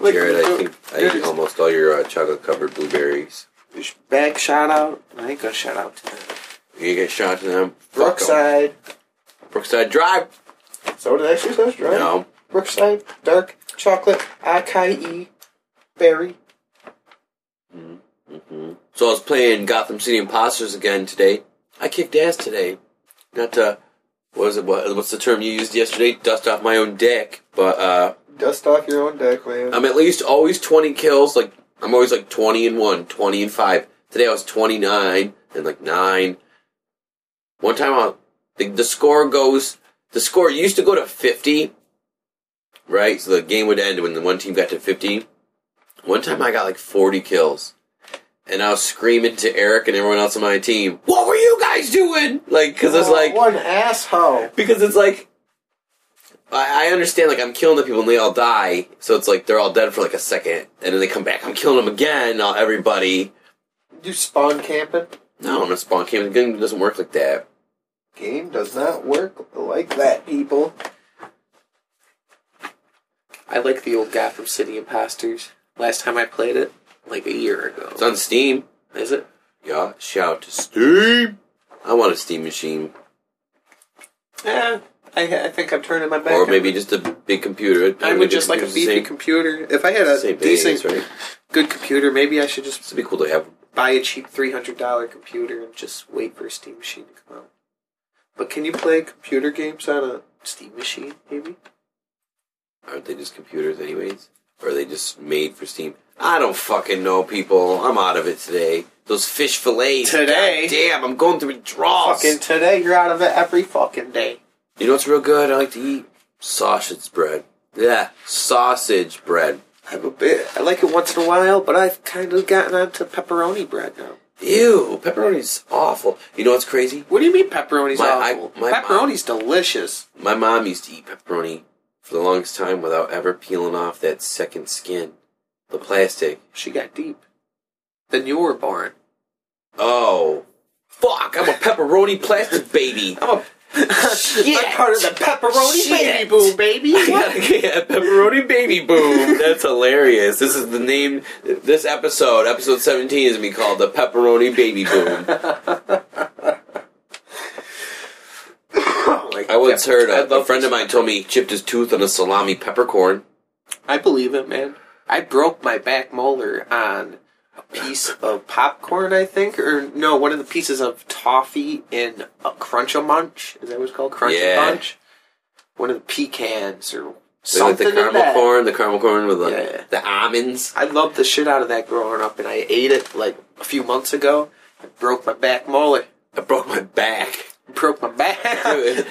C: Like, uh,
B: Jared, I think I ate
C: Jared's-
B: almost all your uh, chocolate covered blueberries.
C: Bag shout out. I ain't gonna shout out to them.
B: You get shot to them. Fuck 'em.
C: Brookside.
B: Brookside Drive.
C: So did actually says, right?
B: No.
C: Brookside, dark chocolate, IKE, berry.
B: Mm-hmm. So I was playing Gotham City Imposters again today. I kicked ass today. Not to what is it? What, what's the term you used yesterday? Dust off my own dick. But uh,
C: Dust off your own deck, man.
B: I'm at least always 20 kills. Like I'm always like 20 and one, 20 and five. Today I was 29 and like nine. One time I, the, the score goes. The score used to go to 50, right? So the game would end when the one team got to 50. One time I got like 40 kills. And I was screaming to Eric and everyone else on my team, "What were you guys doing?" Like, because
C: Oh,
B: it's like
C: one asshole.
B: because it's like I, I understand like I'm killing the people and they all die, so it's like they're all dead for like a second, and then they come back. I'm killing them again, all, everybody.
C: You spawn camping.
B: No, I'm gonna spawn camp. The game doesn't work like that.
C: Game does not work like that, people.
E: I like the old Gotham City Imposters. Last time I played it, like a year
B: It's
E: ago.
B: on Steam.
E: Is it?
B: Yeah, shout to Steam. I want a Steam machine,
E: Yeah.
C: I, I think I'm turning my back.
B: or
C: on
B: maybe
C: it.
B: just a big computer.
E: I would just like a beefy
B: Same-
E: computer. Uh,
C: if I had a
B: Same thing,
C: decent,
B: that's right?
C: good computer, maybe I should just
B: It'd be cool to have.
C: buy a cheap three hundred dollar computer and just wait for a Steam machine to come out. But can you play computer games on a Steam machine? Maybe.
B: Aren't they just computers, anyways? Or are they just made for Steam? I don't fucking know, people. I'm out of it today. Those fish fillets.
C: Today?
B: God damn, I'm going through withdrawals.
C: Fucking today, you're out of it every fucking day.
B: You know what's real good? I like to eat sausage bread. Yeah, sausage bread.
C: I'm a bit. I like it once in a while, but I've kind of gotten onto pepperoni bread now.
B: Ew, pepperoni's awful. You know what's crazy?
C: What do you mean pepperoni's
B: My- I-
C: awful?
B: my-
C: pepperoni's delicious.
B: My mom used to eat pepperoni for the longest time without ever peeling off that second skin, the plastic.
C: She got deep. Then you were born.
B: Oh, fuck! I'm a pepperoni plastic baby.
C: I'm a. I'm part of the pepperoni
B: Shit.
C: baby boom, baby.
B: I gotta get pepperoni baby boom. That's hilarious. This is the name. This episode, episode seventeen, is gonna be called the pepperoni baby boom.
C: Oh my
B: I once
C: God.
B: heard
C: I
B: a, a
C: love
B: friend
C: this.
B: of mine told me he chipped his tooth on a salami peppercorn.
C: I believe it, man. I broke my back molar on a piece of popcorn, I think, or no, one of the pieces of toffee in a Crunch-O Munch. Is that what it's called? Crunch
B: Yeah.
C: Munch. One of the pecans or
B: They like the
C: something in
B: caramel
C: that.
B: corn, the caramel corn with the,
C: Yeah.
B: the almonds.
C: I loved the shit out of that growing up, and I ate it like a few months ago. I broke my back molar.
B: I broke my back.
C: Broke my back.
B: Dude.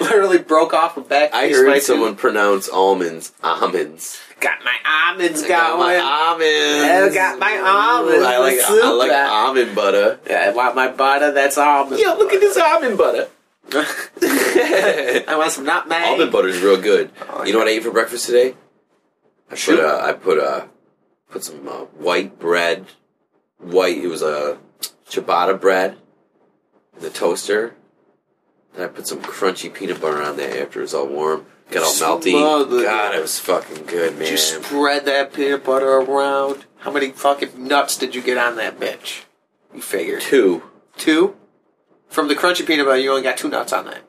C: Literally broke off a back.
B: I
C: piece, my
B: heard
C: tooth.
B: someone pronounce almonds almonds.
C: got my almonds
B: I
C: going.
B: got my almonds.
C: I got my almonds.
B: I like I like
C: Super.
B: almond butter.
C: Yeah, I want my butter. That's almond.
B: Yo, look at this almond butter.
C: I want some nutmeg.
B: almond butter is real good.
C: Oh,
B: you know what I ate for breakfast today? I
C: Shoot.
B: put uh, I put uh, put some uh, white bread, white. It was a ciabatta bread in the toaster. Then I put some crunchy peanut butter on there after it was all warm. Got all melty.
C: Smother.
B: God, it was fucking good, man.
C: Did you spread that peanut butter around? How many fucking nuts did you get on that bitch? You figured
B: Two
C: two. From the crunchy peanut butter, you only got two nuts on that.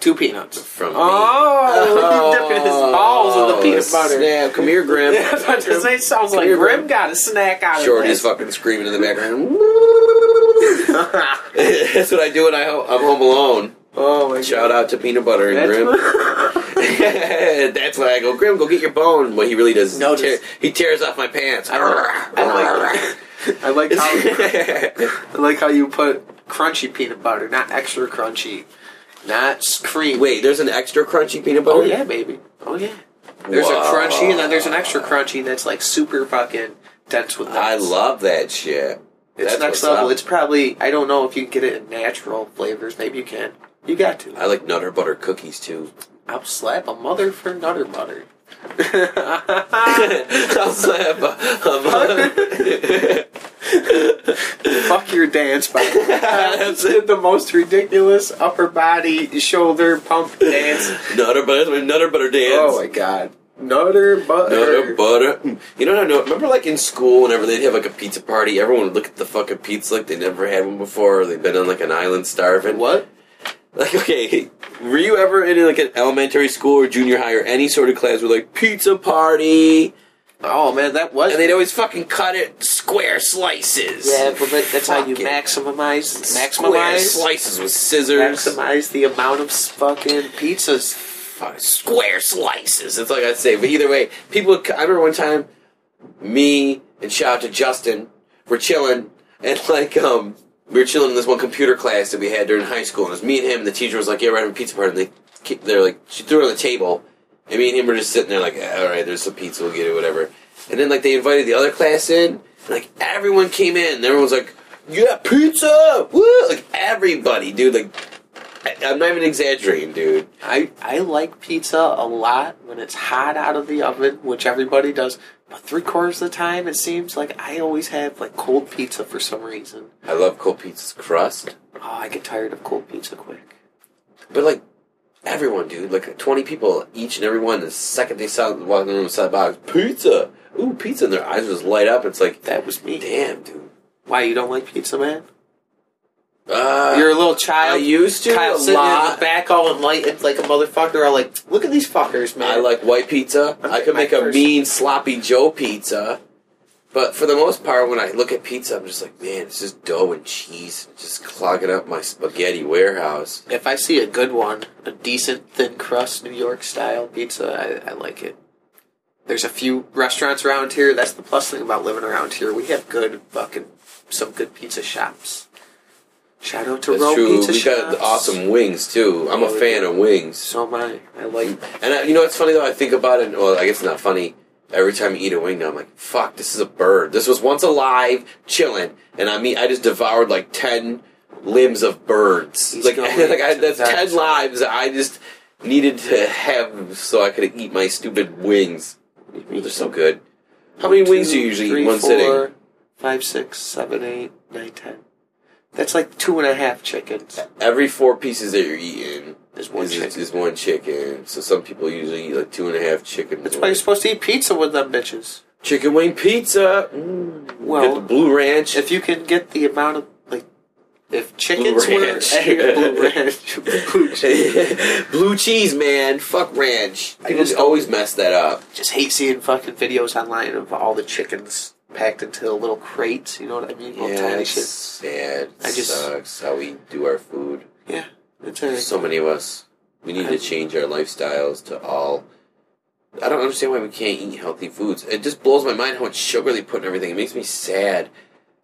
C: Two peanuts.
B: from me.
C: Oh, he dipping his balls in the peanut butter.
B: Snap. Come here, Grim.
C: Yeah, but it sounds like
B: here,
C: Grim
B: Grim.
C: got a snack out
B: Shorty's
C: of
B: fucking screaming in the background.
C: this.
B: That's what I do when I ho- I'm home alone.
C: oh my
B: Shout out to peanut butter and
C: That's-
B: Grim. That's why I go, Grim, go get your bone. What he really does is
C: No,
B: he, tear-
C: just-
B: he tears off my pants.
C: I like, I like how I like how you put crunchy peanut butter, not extra crunchy, not s- cream.
B: Wait, there's an extra crunchy peanut butter?
C: Oh yeah, baby. Oh yeah. There's
B: Wow.
C: a crunchy and then there's an extra crunchy that's like super fucking dense with nuts.
B: I love that shit.
C: it's
B: That's
C: next
B: what's
C: level.
B: up.
C: It's probably I don't know if you can get it in natural flavors. Maybe you can. You got to.
B: I like Nutter Butter cookies too.
C: I'll slap a mother for nutter butter.
B: I'll slap uh, a, a mother.
C: Fuck your dance, by the way. That's the most ridiculous upper body shoulder pump dance.
B: Nutter Butter, that's my Nutter Butter dance.
C: Oh my god. Nutter butter.
B: Butter, butter. Mm. You know what I know? Remember, like in school, whenever they'd have like a pizza party, everyone would look at the fucking pizza like they never had one before. Or they'd been on like an island starving.
C: What?
B: Like, okay, were you ever in like an elementary school or junior high or any sort of class with like pizza party,
C: Oh man, that was.
B: and they'd always fucking cut it square slices?
C: yeah, but that- that's how you
B: Fucking
C: maximize,
B: Square
C: maximize,
B: slices with scissors.
C: maximize the amount of s- fucking pizzas.
B: Fuck, square slices. That's like I say. But either way, people. would c- I remember one time, me and shout out to Justin were chilling, and like um, we were chilling in this one computer class that we had during high school, and it was me and him. And the teacher was like, "Yeah, we're having a pizza party." And they, ki- they're like, she threw it on the table, and me and him were just sitting there like, "Ah, "All right, there's some pizza, we'll get it, whatever." And then like they invited the other class in, and, like everyone came in, and everyone was like, "Yeah, pizza!" Woo! Like everybody, dude. Like I, I'm not even exaggerating, dude.
C: I I like pizza a lot when it's hot out of the oven, which everybody does. But three quarters of the time, it seems like I always have like cold pizza for some reason.
B: I love cold pizza's crust,
C: Oh, I get tired of cold pizza quick.
B: but like everyone, dude, like twenty people each and every one. The second they saw walk in the room, saw the box pizza, ooh pizza, and their eyes just light up. It's like,
C: That was me.
B: damn, dude.
C: Why you don't like pizza, man?
B: Uh,
C: You're a little
B: I
C: child.
B: used to
C: Kyle
B: a
C: sitting in
B: lot.
C: the back all enlightened like a motherfucker. I'm like, look at these fuckers, man.
B: I like white pizza.
C: I'm
B: I
C: getting
B: could
C: my
B: make a
C: first-
B: mean sloppy Joe pizza. But for the most part, when I look at pizza, I'm just like, man, it's just dough and cheese just clogging up my spaghetti warehouse.
C: If I see a good one, a decent thin crust New York style pizza, I, I like it. There's a few restaurants around here. That's the plus thing about living around here. We have good fucking some good pizza shops. Shout out to
B: That's
C: Roe
B: true.
C: Pizza
B: We got
C: Shops.
B: awesome wings too. I'm a
C: Oh, Yeah, we
B: fan
C: do.
B: of wings.
C: So am I. I like.
B: And I, you know what's funny though? I think about it. Well, I guess it's not funny. Every time you eat a wing now, I'm like, "Fuck, this is a bird. This was once alive, chilling." And I mean, I just devoured like ten limbs of birds.
C: He's
B: like,
C: going
B: like I,
C: to
B: that's
C: that
B: ten
C: side.
B: lives I just needed to have so I could eat my stupid wings. They're so good. How many wings do you usually eat in one sitting?
C: Five, six, seven, eight, nine, ten. That's like two and a half chickens.
B: Every four pieces that you're eating
C: There's one
B: is,
C: chicken.
B: is one chicken. So some people usually eat like two and a half chicken.
C: That's why you're supposed to eat pizza with them bitches.
B: Chicken wing pizza. Mm. Got the
C: Well,
B: blue ranch.
C: if you can get the amount of like, if chickens
B: Blue
C: were
B: Ranch.
C: blue ranch, blue cheese.
B: blue cheese, man. Fuck ranch.
C: I
B: People
C: just-
B: always mess that up.
C: just hate seeing fucking videos online of all the chickens packed into little crates. You know what I mean? Little
B: Yeah,
C: tiny
B: it's
C: shit.
B: sad. It
C: I just-
B: sucks how we do our food.
C: Yeah, it's all right.
B: So many of us. We need to change our lifestyles to all. I don't understand why we can't eat healthy foods. It just blows my mind how much sugar they put in everything. It makes me sad.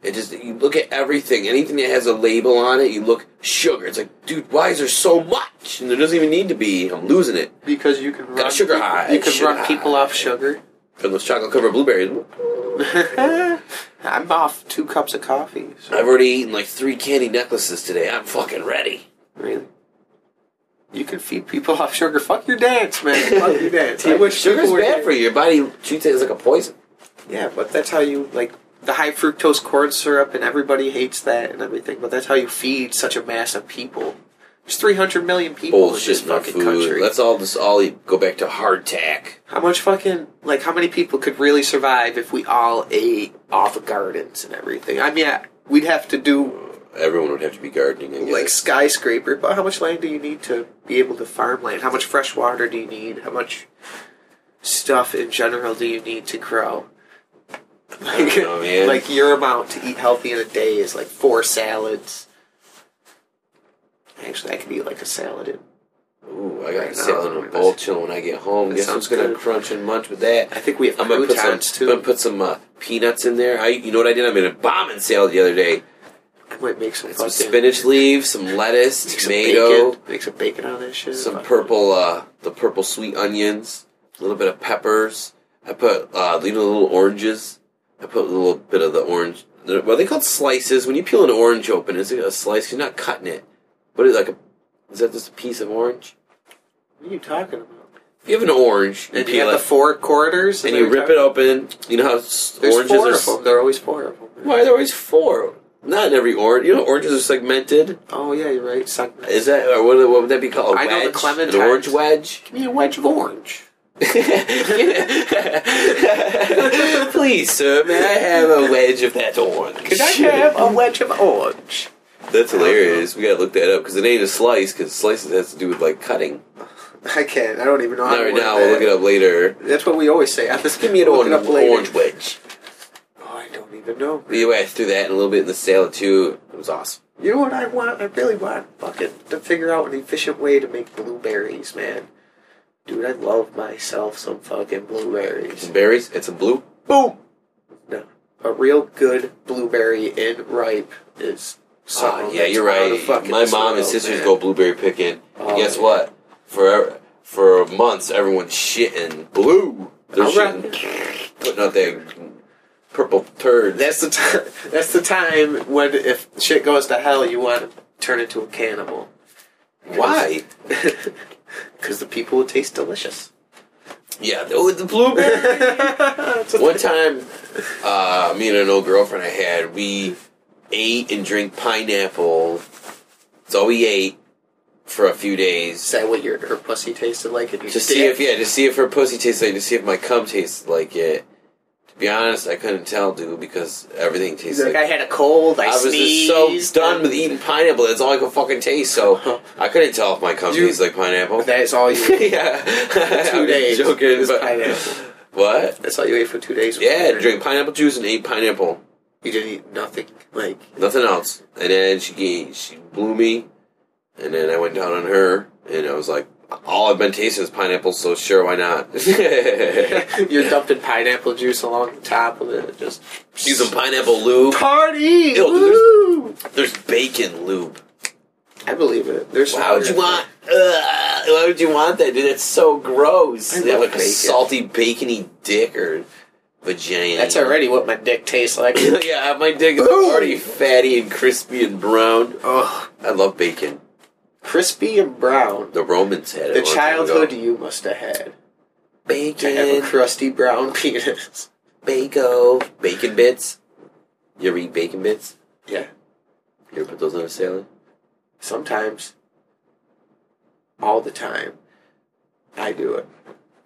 B: It just you look at everything, anything that has a label on it, you look sugar. It's like, dude, why is there so much? And there doesn't even need to be. I'm losing it.
C: because you can run
B: sugar
C: people,
B: high,
C: you can
B: sugar
C: run people
B: high.
C: off sugar.
B: And those chocolate covered blueberries.
C: I'm off two cups of coffee. So
B: I've already eaten like three candy necklaces today. I'm fucking ready.
C: really, you can feed people off sugar. Fuck your dance, man. Fuck your dance. I wish
B: Sugar's
C: people were
B: bad for you. Your body treats it as like a poison.
C: Yeah, but that's how you like the high fructose corn syrup, and everybody hates that and everything. But that's how you feed such a mass of people. There's 300 million people in this
B: Bullshit, no
C: fucking
B: food.
C: country.
B: Let's all just all eat, go back to hardtack.
C: how much fucking like how many people could really survive if we all ate off of gardens and everything? I mean, I- we'd have to do
B: Everyone would have to be gardening. I guess.
C: like skyscraper. But how much land do you need to be able to farm land? How much fresh water do you need? How much stuff in general do you need to grow? Like,
B: know, man.
C: like your amount to eat healthy in a day is like four salads. Actually, I could eat like a salad. In.
B: ooh, I got
C: Right
B: a
C: now,
B: salad in a bowl chilling when I get home.
C: That
B: Guess
C: sounds
B: who's gonna
C: good.
B: crunch and munch with that?
C: I think we have
B: I'm gonna put some.
C: croutons
B: I'm
C: too.
B: gonna put some uh, peanuts in there. I, you know what I did? I made a bombing salad the other day.
C: I might make some
B: Some
C: fucking
B: spinach leaves, some lettuce,
C: make some
B: tomato.
C: bacon, make some bacon on that shit.
B: some
C: Fuck.
B: purple uh the purple sweet onions a little bit of peppers i put uh you know, little oranges i put a little bit of the orange well they called slices when you peel an orange open is it a slice you're not cutting it but it's like a is that just a piece of orange
C: What are you talking about?
B: if you have an orange you
C: And you
B: peel
C: have the
B: it
C: four quarters,
B: and you rip it open you know how s-
C: There's
B: oranges
C: four
B: are
C: of them. There are always four of them.
B: why are there always four not in every orange you know oranges are segmented
C: Oh yeah, you're right. Suck.
B: is that or what, what would that be called a
C: I know the
B: wedge
C: clementines.
B: an orange wedge
C: Give me a wedge of orange.
B: Please, sir, may I have a wedge of that orange?
C: Could I have a wedge of orange?
B: That's hilarious. We gotta look that up because it ain't a slice. Because slices has to do with like cutting.
C: I can't. I don't even know. how
B: Not
C: to
B: right
C: word
B: now.
C: that.
B: We'll look it up later.
C: That's what we always say. I'm just
B: Give me an
C: look it
B: orange,
C: up later.
B: orange wedge.
C: Oh, I don't even know.
B: Anyway, I threw that and a little bit in the salad too. It was awesome.
C: You know what I want? I really want fucking to figure out an efficient way to make blueberries, man. Dude, I love myself some fucking blueberries.
B: Some berries and some blue.
C: Boom. No, a real good blueberry in ripe is.
B: Ah,
C: something
B: yeah,
C: Oh, that's
B: you're
C: out of
B: right.
C: fucking
B: My mom and
C: this
B: sisters go
C: world,
B: blueberry picking.
C: Oh,
B: and guess
C: yeah.
B: what? For for months, everyone's shitting blue. They're
C: man. All
B: shitting,
C: right.
B: putting out their purple turd.
C: That's the t- that's the time when if shit goes to hell, you want to turn into a cannibal.
B: Why?
C: Because the people would taste delicious.
B: Yeah, the, oh, the blueberry. One time, uh, me and an old girlfriend I had, we ate and drank pineapple. That's all we ate for a few
C: Is
B: days.
C: that what your her pussy tasted like? And your
B: To see
C: dick?
B: if, yeah, to see if her pussy tasted like, to see if my cum tasted like it. To be honest, I couldn't tell, dude, because everything
C: He's
B: tasted
C: like,
B: like,
C: I had a cold. I,
B: I was
C: sneezed.
B: just so done with eating pineapple. That's all I could fucking taste. So I couldn't tell if my cum
C: You-
B: tasted like pineapple.
C: That is all you.
B: yeah,
C: two
B: I'm
C: days.
B: joking.
C: was
B: But,
C: pineapple.
B: What?
C: That's all you ate for two days. was
B: Yeah,
C: pineapple.
B: drink pineapple juice and ate pineapple.
C: You didn't eat nothing. Like
B: Nothing else. And then she gave, she blew me, and then I went down on her, and I was like, all I've been tasting is pineapple, so sure, why not?
C: you're dumping pineapple juice along the top of it. Just
B: She's a pineapple lube.
C: party.
B: Ew, dude,
C: Woo!
B: There's bacon lube.
C: I believe it. There's
B: Why would you want? Ugh, why would you want that, dude? That's so gross.
C: I
B: They have
C: love
B: like a
C: bacon.
B: salty bacony dick or vagina.
C: That's already what my dick tastes like.
B: yeah, my dick is
C: Boom.
B: already fatty and crispy and brown.
C: Ugh.
B: I love bacon.
C: Crispy and brown.
B: The Romans had it.
C: The
B: a long time ago.
C: childhood you must have had to have a
B: bacon,
C: crusty brown penis.
B: bacon, bacon bits. You ever eat bacon bits?
C: Yeah.
B: You ever put those on a salad?
C: Sometimes. All the time. I do it.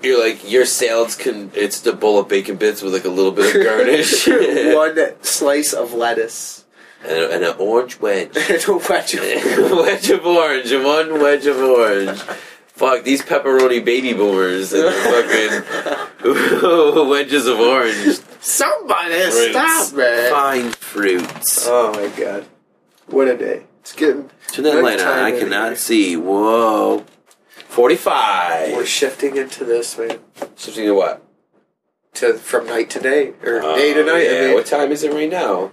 B: You're like your salads can. It's the bowl of bacon bits with like a little bit of garnish and,
C: One slice of lettuce.
B: a, and an orange wedge.
C: And a wedge of-
B: wedge of orange, and one wedge of orange. Fuck these pepperoni baby boomers and their fucking wedges of orange.
C: Somebody
B: Fruits.
C: stop man.
B: Fine fruits.
C: Oh my god. What a day. It's getting
B: Turn that
C: Good
B: light on.
C: time
B: I
C: of
B: cannot
C: year.
B: see. Whoa.
C: we're
B: Forty-five.
C: shifting into this, man.
B: Shifting to what?
C: To from night to day. Or
B: Oh,
C: day to night.
B: Yeah.
C: I mean
B: what time is it right now?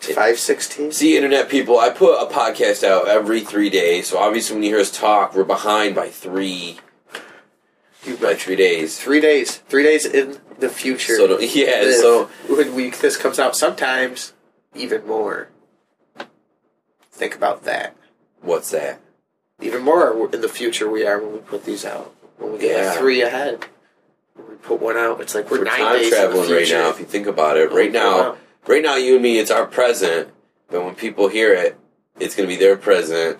C: five sixteen.
B: See, internet people, I put a podcast out every three days. So obviously, when you hear us talk, we're behind by three
C: You
B: by
C: bet.
B: three days.
C: Three days. Three days in the future.
B: So don't- yeah,
C: If-
B: so
C: when we this comes out sometimes even more. Think about that.
B: what's that?
C: Even more in the future we are when we put these out. When we get like
B: Yeah.
C: three ahead. When we put one out, it's like we're,
B: We're
C: nine
B: time
C: days in the
B: traveling right
C: future. Oh,
B: now. If you think about it, right now,
C: Wow.
B: right now, you and me, it's our present. But when people hear it, it's gonna be their present.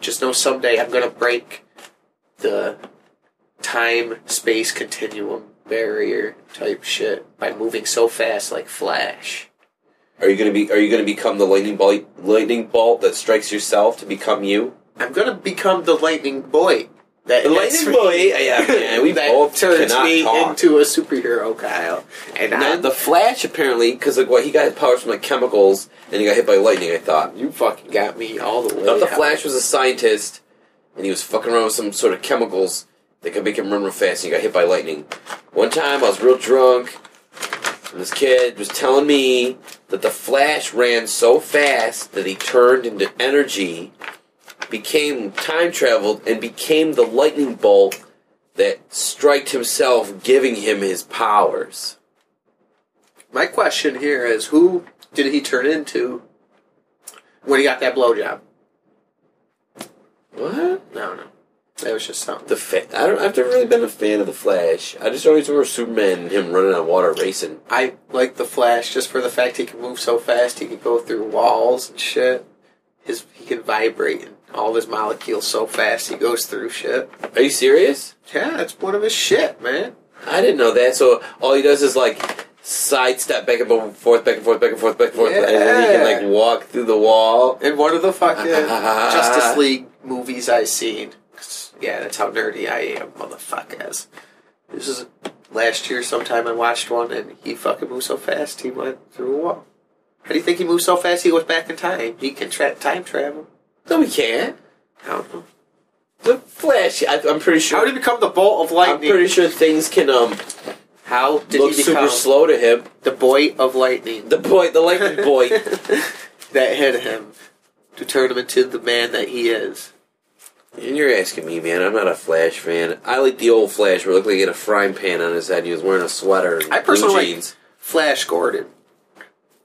C: just know someday I'm gonna break the time space continuum barrier type shit by moving so fast like Flash.
B: Are you gonna be? Are you gonna become the lightning bolt? Lightning bolt that strikes yourself to become you.
C: I'm gonna become the lightning boy. That
B: The
C: that's
B: lightning
C: me.
B: boy? Yeah, man, we
C: that
B: both
C: turns
B: cannot
C: me
B: talk.
C: into a superhero, Kyle. And
B: Now,
C: I'm
B: the Flash apparently, because like what he got his powers from like chemicals, and he got hit by lightning. I thought.
C: you fucking got me all the way.
B: Thought the
C: out.
B: Flash was a scientist, and he was fucking around with some sort of chemicals that could make him run real fast, and he got hit by lightning. One time, I was real drunk, and this kid was telling me that the Flash ran so fast that he turned into energy, became time traveled, and became the lightning bolt that striked himself, giving him his powers.
C: My question here is who did he turn into when he got that blowjob?
B: What?
C: No, no. That was just something.
B: The fa- I don't. I've never really been a fan of the Flash. I just always remember Superman and him running on water, racing.
C: I like the Flash just for the fact he can move so fast. He can go through walls and shit. His he can vibrate and all his molecules so fast he goes through shit.
B: Are you serious?
C: Yeah, that's one of his shit, man.
B: I didn't know that. So all he does is like sidestep back and forth, back and forth, back and forth, back and forth, and then
C: Yeah.
B: he can like walk through the wall.
C: And one of the fucking Justice League movies I've seen. 'Cause, Yeah, that's how nerdy I am, motherfuckers. This is last year sometime I watched one and he fucking moved so fast he went through a wall. How do you think he moved so fast he was back in time? He can tra- time travel.
B: No, we can't.
C: I don't know.
B: The Flash. I, I'm pretty sure.
C: How did he become the bolt of
B: I'm
C: lightning?
B: pretty sure things can um
C: How did
B: look
C: he become
B: super slow to him.
C: the boy of lightning
B: The boy, the lightning boy.
C: that hit him to turn him into the man that he is?
B: And you're asking me, man. I'm not a Flash fan. I like the old Flash where it looked like he had a frying pan on his head. And he was wearing a sweater and
C: I personally
B: blue
C: like-
B: jeans.
C: Flash Gordon.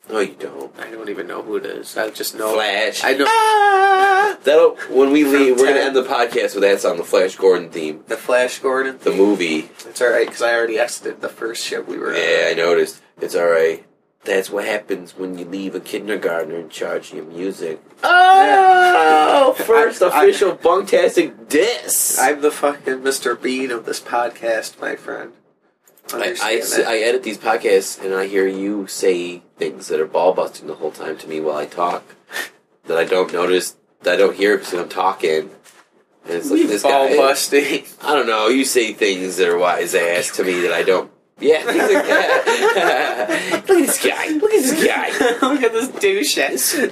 B: No, you don't.
C: I don't even know who it is. I just know
B: Flash. Ah!
C: I know
B: That'll when we leave, we're gonna
C: ten.
B: end the podcast with that song, the Flash Gordon theme,
C: the Flash Gordon.
B: the movie.
C: It's all right because I already exited the first ship we were. on.
B: Yeah, I noticed. It's all right. That's what happens when you leave a kindergartner in charge of your music. Oh, first
C: I- I-
B: official bunktastic diss. I,
C: I'm the fucking Mr. Bean of this podcast, my friend.
B: I,
C: Understand
B: s-
C: that.
B: I edit these podcasts and I hear you say things that are ball busting the whole time to me while I talk that I don't notice, that I don't hear because I'm talking. And it's like this
C: ball
B: guy.
C: busting.
B: I don't know. You say things that are wise ass to me that I don't. Yeah, things like that. Look at this guy. Look at this guy.
C: Look at this douche.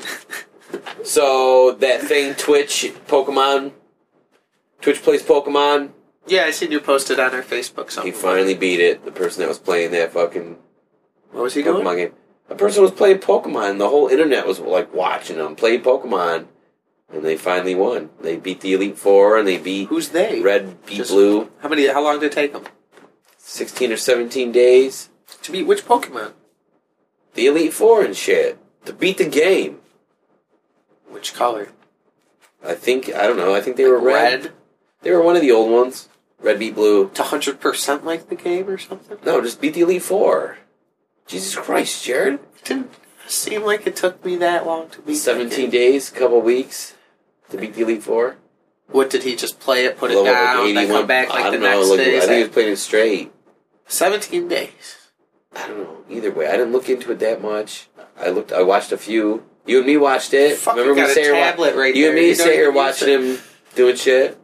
B: So that thing, Twitch, Pokemon. Twitch plays Pokemon.
C: yeah, I seen you posted on our Facebook
B: He
C: something.
B: finally beat it. The person that was playing that fucking
C: What was he doing?
B: Pokemon game. A person was playing Pokemon. The whole internet was like watching them play Pokemon, and they finally won. They beat the Elite Four, and they beat
E: Who's they?
B: Red, beat
E: Just-
B: Blue.
E: How many? How long did it take them
B: Sixteen or seventeen days.
E: to beat which Pokemon?
B: The Elite Four and shit to beat the game.
E: Which color?
B: I think I don't know. I think they were red.
E: red
B: They were one of the old ones. Red beat blue.
E: to hundred percent like the game or something.
B: No, just beat the Elite Four. Jesus Christ, Jared.
E: didn't seem like it took me that long to beat.
B: Seventeen days, couple weeks to beat the Elite Four.
E: What did he just play it, put it
B: Blow up,
E: down, then
B: 81.
E: come back like
B: I
E: the
B: don't know,
E: next
B: look,
E: day?
B: I
E: It's
B: think he
E: like
B: was playing it straight.
E: Seventeen days.
B: I don't know. Either way, I didn't look into it that much. I looked. I watched a few. You and me watched it.
E: Fuck,
B: Remember
E: you got
B: we
E: a
B: sat here wa-
E: tablet right
B: You and
E: there.
B: me
E: You don't
B: sat here
E: even use
B: watching
E: it.
B: him doing shit.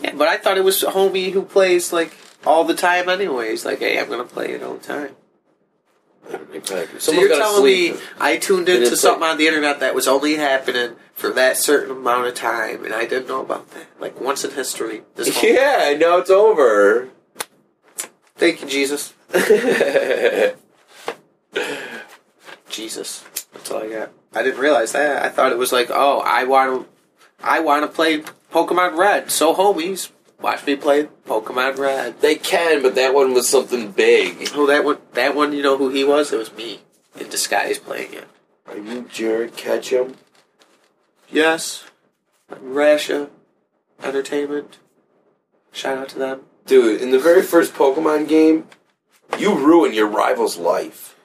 E: Yeah, but I thought it was a homie who plays like all the time, anyways. Like, hey, I'm gonna play it all the time.
B: Someone's
E: So you're
B: gotta
E: telling
B: sleep.
E: me I tuned
B: didn't
E: into
B: play.
E: something on the internet that was only happening for that certain amount of time, and I didn't know about that. Like once in history. This moment.
B: Yeah, now it's over.
E: Thank you, Jesus.
B: That's
E: Jesus. That's all I got. I didn't realize that. I thought it was like, oh, I want to, I want to play Pokemon Red. So homies, watch me play Pokemon Red.
B: They can, but that one was something big.
E: Oh, that one, that one. You know who he was? It was me in disguise playing it.
B: Are you Jared Ketchum?
E: Yes, Rasha Entertainment. Shout out to them.
B: Dude, in the very first Pokemon game, you ruin your rival's life.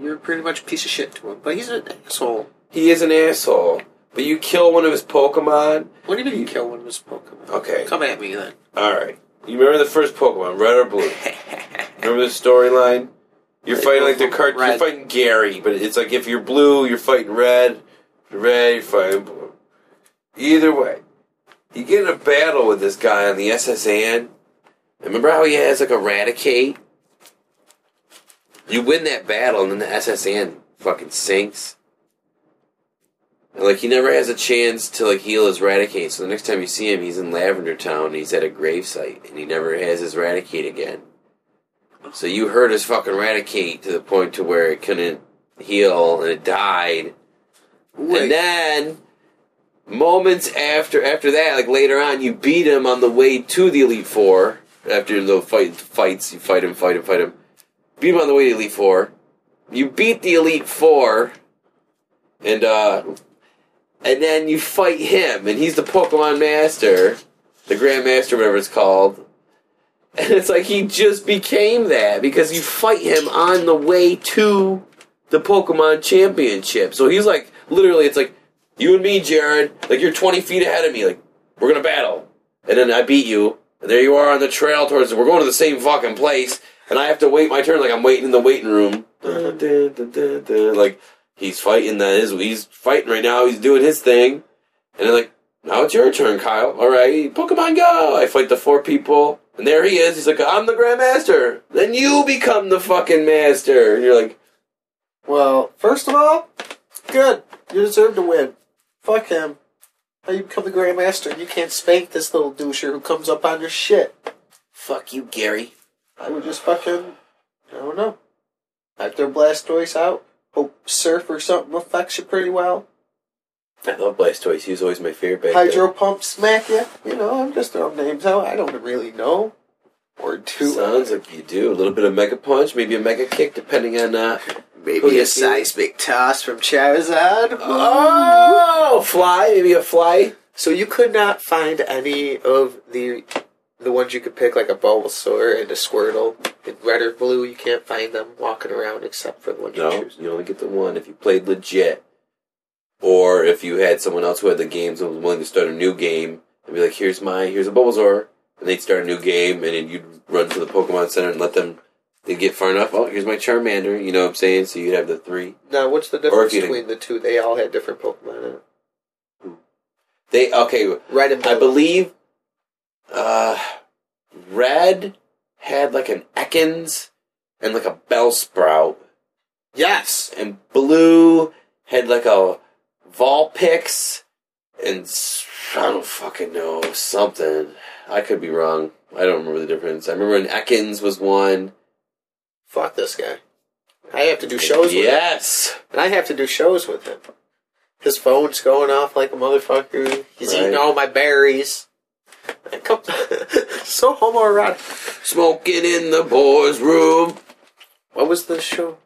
E: You're pretty much a piece of shit to him, but he's an asshole.
B: He is an asshole, but you kill one of his Pokemon.
E: What do you mean you kill one of his Pokemon?
B: Okay.
E: come at me then.
B: Alright. You remember the first Pokemon, red or blue? Remember the storyline? You're
E: They
B: fighting
E: go
B: like the
E: for
B: card. You're
E: red.
B: fighting Gary, but it's like if you're blue, you're fighting red. If you're Red, you're fighting blue. Either way, you get in a battle with this guy on the SSN. Remember how he has like eradicate? You win that battle, and then the SSN fucking sinks. And like he never has a chance to like heal his Raticate. So the next time you see him, he's in Lavender Town. And he's at a gravesite, and he never has his Raticate again. So you hurt his fucking Raticate to the point to where it couldn't heal and it died.
E: Wait.
B: And then moments after after that, like later on, you beat him on the way to the Elite Four. After the fight fights, you fight him, fight him, fight him. Beat him on the way to Elite Four. You beat the Elite Four, and uh, and then you fight him, and he's the Pokemon Master, the Grandmaster, whatever it's called. And it's like he just became that because you fight him on the way to the Pokemon Championship. So he's like, literally, it's like, you and me, Jared, like you're 20 feet ahead of me, like, we're gonna battle. And then I beat you, and there you are on the trail towards, we're going to the same fucking place, and I have to wait my turn, like I'm waiting in the waiting room. Dun, dun, dun, dun, dun. Like, he's fighting, that is, he's fighting right now, he's doing his thing. And then, like, now it's your turn, Kyle. All right, Pokemon Go. I fight the four people, and there he is. He's like, I'm the Grandmaster. Then you become the fucking master. And you're like,
C: Well, first of all, good. You deserve to win. Fuck him. How you become the Grandmaster and you can't spank this little doucher who comes up on your shit?
B: fuck you, Gary.
C: I would just fucking. I don't know. I'd throw Blastoise out. Hope Surf or something affects you pretty well.
B: I love Blastoise. He was always my favorite. Back
C: Hydro Pump smack you. You know, I'm just throwing names out. I don't really know. Or
B: Then.
C: do.
B: Sounds like you do. A little bit of Mega Punch, maybe a Mega Kick, depending on. Uh... Who
C: Maybe
B: you
C: a
B: see?
C: seismic toss from Charizard.
B: Oh, fly. Maybe a fly.
C: So you could not find any of the the ones you could pick, like a Bulbasaur and a Squirtle. In red or blue, you can't find them walking around except for the one you
B: No,
C: choose.
B: you only get the one if you played legit, or if you had someone else who had the games and was willing to start a new game and be like, "Here's my, here's a Bulbasaur," and they'd start a new game, and then you'd run to the Pokemon Center and let them. They'd get far enough. Oh, here's my Charmander. You know what I'm saying? So you'd have the three.
C: Now, what's the
B: Or
C: difference
B: if you didn't-
C: between the two? They all had different Pokemon in it.
B: They okay.
C: Red and blue.
B: I believe, uh, Red had like an Ekans and like a Bellsprout,
E: Yes.
B: and blue had like a Volpix and s- I don't fucking know something. I could be wrong. I don't remember the difference. I remember when Ekans was one.
C: Fuck this guy. I have to do shows with it.
B: Yes.
C: And I have to do shows with him. His phone's going off like a motherfucker. He's
B: Right.
C: eating all my berries. I come so homoerotic.
B: Smoking in the boys' room.
C: What was the show?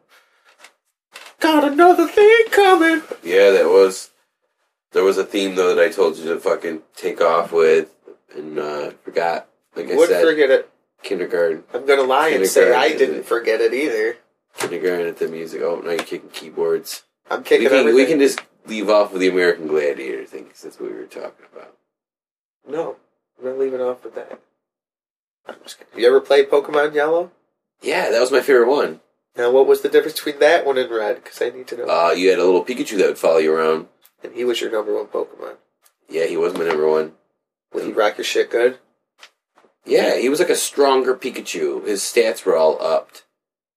C: Got another thing coming.
B: Yeah, that was. There was a theme though that I told you to fucking take off with, and uh, forgot. Like I
C: Would
B: said,
C: forget it.
B: kindergarten,
C: I'm gonna lie and say I
B: Kindergarten,
C: didn't
B: isn't it?
C: forget it either.
B: kindergarten at the music. Oh, now you're kicking keyboards.
C: I'm
B: We
C: kicking
B: can,
C: everything.
B: we can just leave off with the American Gladiator thing because that's what we were talking about.
C: No, I'm not leaving off with that. I'm just kidding. You ever played Pokemon Yellow?
B: Yeah, that was my favorite one.
C: Now, what was the difference between that one and Red? Because I need to know.
B: Uh, you had a little Pikachu that would follow you around.
C: and he was your number one Pokemon.
B: Yeah, he was my number one.
C: Would he rock your shit good?
B: Yeah, he was like a stronger Pikachu. His stats were all upped,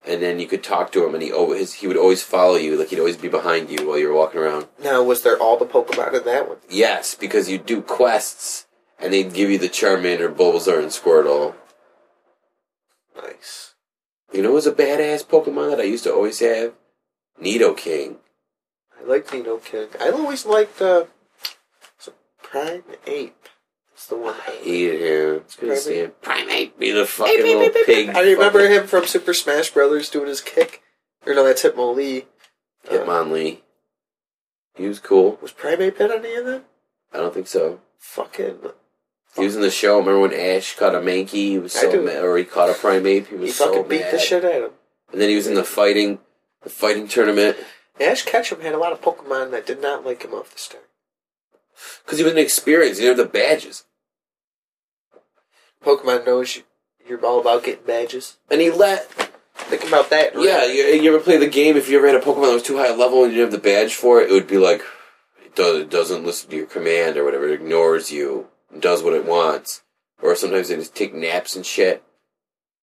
B: and then you could talk to him, and he always he would always follow you. Like he'd always be behind you while you were walking around.
C: Now, was there all the Pokemon in that one?
B: Yes, because you do quests, and they'd give you the Charmander, Bulbasaur, and Squirtle.
C: Nice.
B: You know, who's a badass Pokemon that I used to always have. Nido King.
C: I liked Nino King. I always liked uh, so Prime Ape. It's the one.
B: I hated him. It's good to see him. Primate, be the fucking
C: Ape, ape,
B: little
C: ape, ape,
B: pig.
C: ape. I remember him from Super Smash Brothers doing his kick. Or no, that's Hitmonlee.
B: fucking Hitmonlee. He was cool.
C: Uh, Was Prime Ape in any of them?
B: I don't think so.
C: Fucking.
B: He was in the show. Remember when Ash caught a Mankey? He was
C: I
B: so
C: do.
B: mad, or he caught a Primate. He was
C: He
B: so
C: fucking beat
B: mad.
C: the shit out of him.
B: And then he was in the fighting, the fighting tournament
C: Ash Ketchum had a lot of Pokemon that did not like him off the start.
B: because he was inexperienced. He didn't have the badges.
C: Pokemon knows you, you're all about getting badges.
B: And he let
C: Think about that.
B: Yeah, you, you ever play the game? If you ever had a Pokemon that was too high a level and you didn't have the badge for it, it would be like it, does, it doesn't listen to your command or whatever. It ignores you, and does what it wants, or sometimes they just take naps and shit.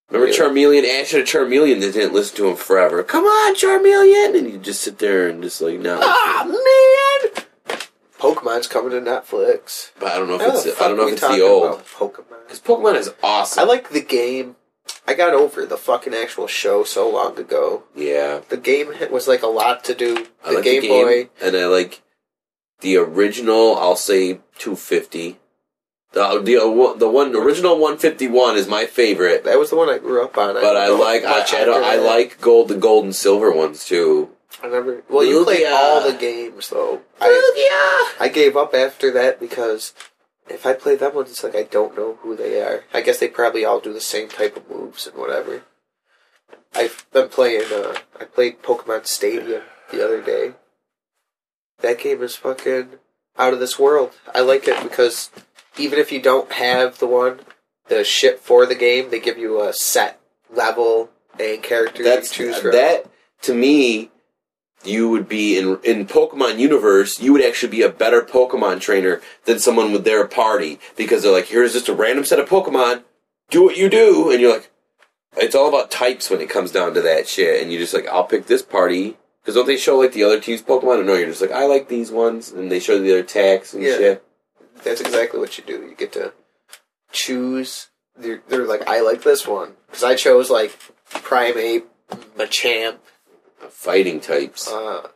B: Remember
C: Yeah.
B: Charmeleon? Ash had a Charmeleon that didn't listen to him forever. Come on, Charmeleon, and you just sit there and just like no.
C: Ah, man! Pokemon's coming to Netflix.
B: But I don't know if
C: How the
B: it's
C: fuck
B: I don't know
C: we
B: if it's the
C: talking
B: old
C: about Pokemon.
B: because Pokemon is awesome.
C: I like the game. I got over the fucking actual show so long ago.
B: yeah,
C: The game hit- was like a lot to do. The,
B: I like
C: game,
B: the
C: Boy.
B: game, and I like the original. I'll say two fifty. The the uh, one- the one the original one fifty one is my favorite,
C: That was the one I grew up on.
B: but I
C: don't know
B: like I,
C: much
B: I, don't,
C: after
B: I
C: that.
B: like gold the gold and silver ones too.
C: I never. Well, you
B: Lugia.
C: played all the games though. I, I gave up after that because if I play that one, it's like I don't know who they are. I guess they probably all do the same type of moves and whatever. I've been playing. Uh, I played Pokemon Stadium the other day. That game is fucking out of this world. I like it because even if you don't have the one, the ship for the game, they give you a set level and character
B: That's uh,
C: you choose from.
B: that to me. You would be in in Pokemon universe. You would actually be a better Pokemon trainer than someone with their party because they're like, here's just a random set of Pokemon. Do what you do, and you're like, it's all about types when it comes down to that shit. And you just like, I'll pick this party because don't they show like the other team's Pokemon? Or no, you're just like, I like these ones, and they show their attacks and
C: Yeah.
B: shit.
C: That's exactly what you do. You get to choose. They're, they're like, I like this one because I chose like Primate, Machamp.
B: Fighting types.
C: Uh,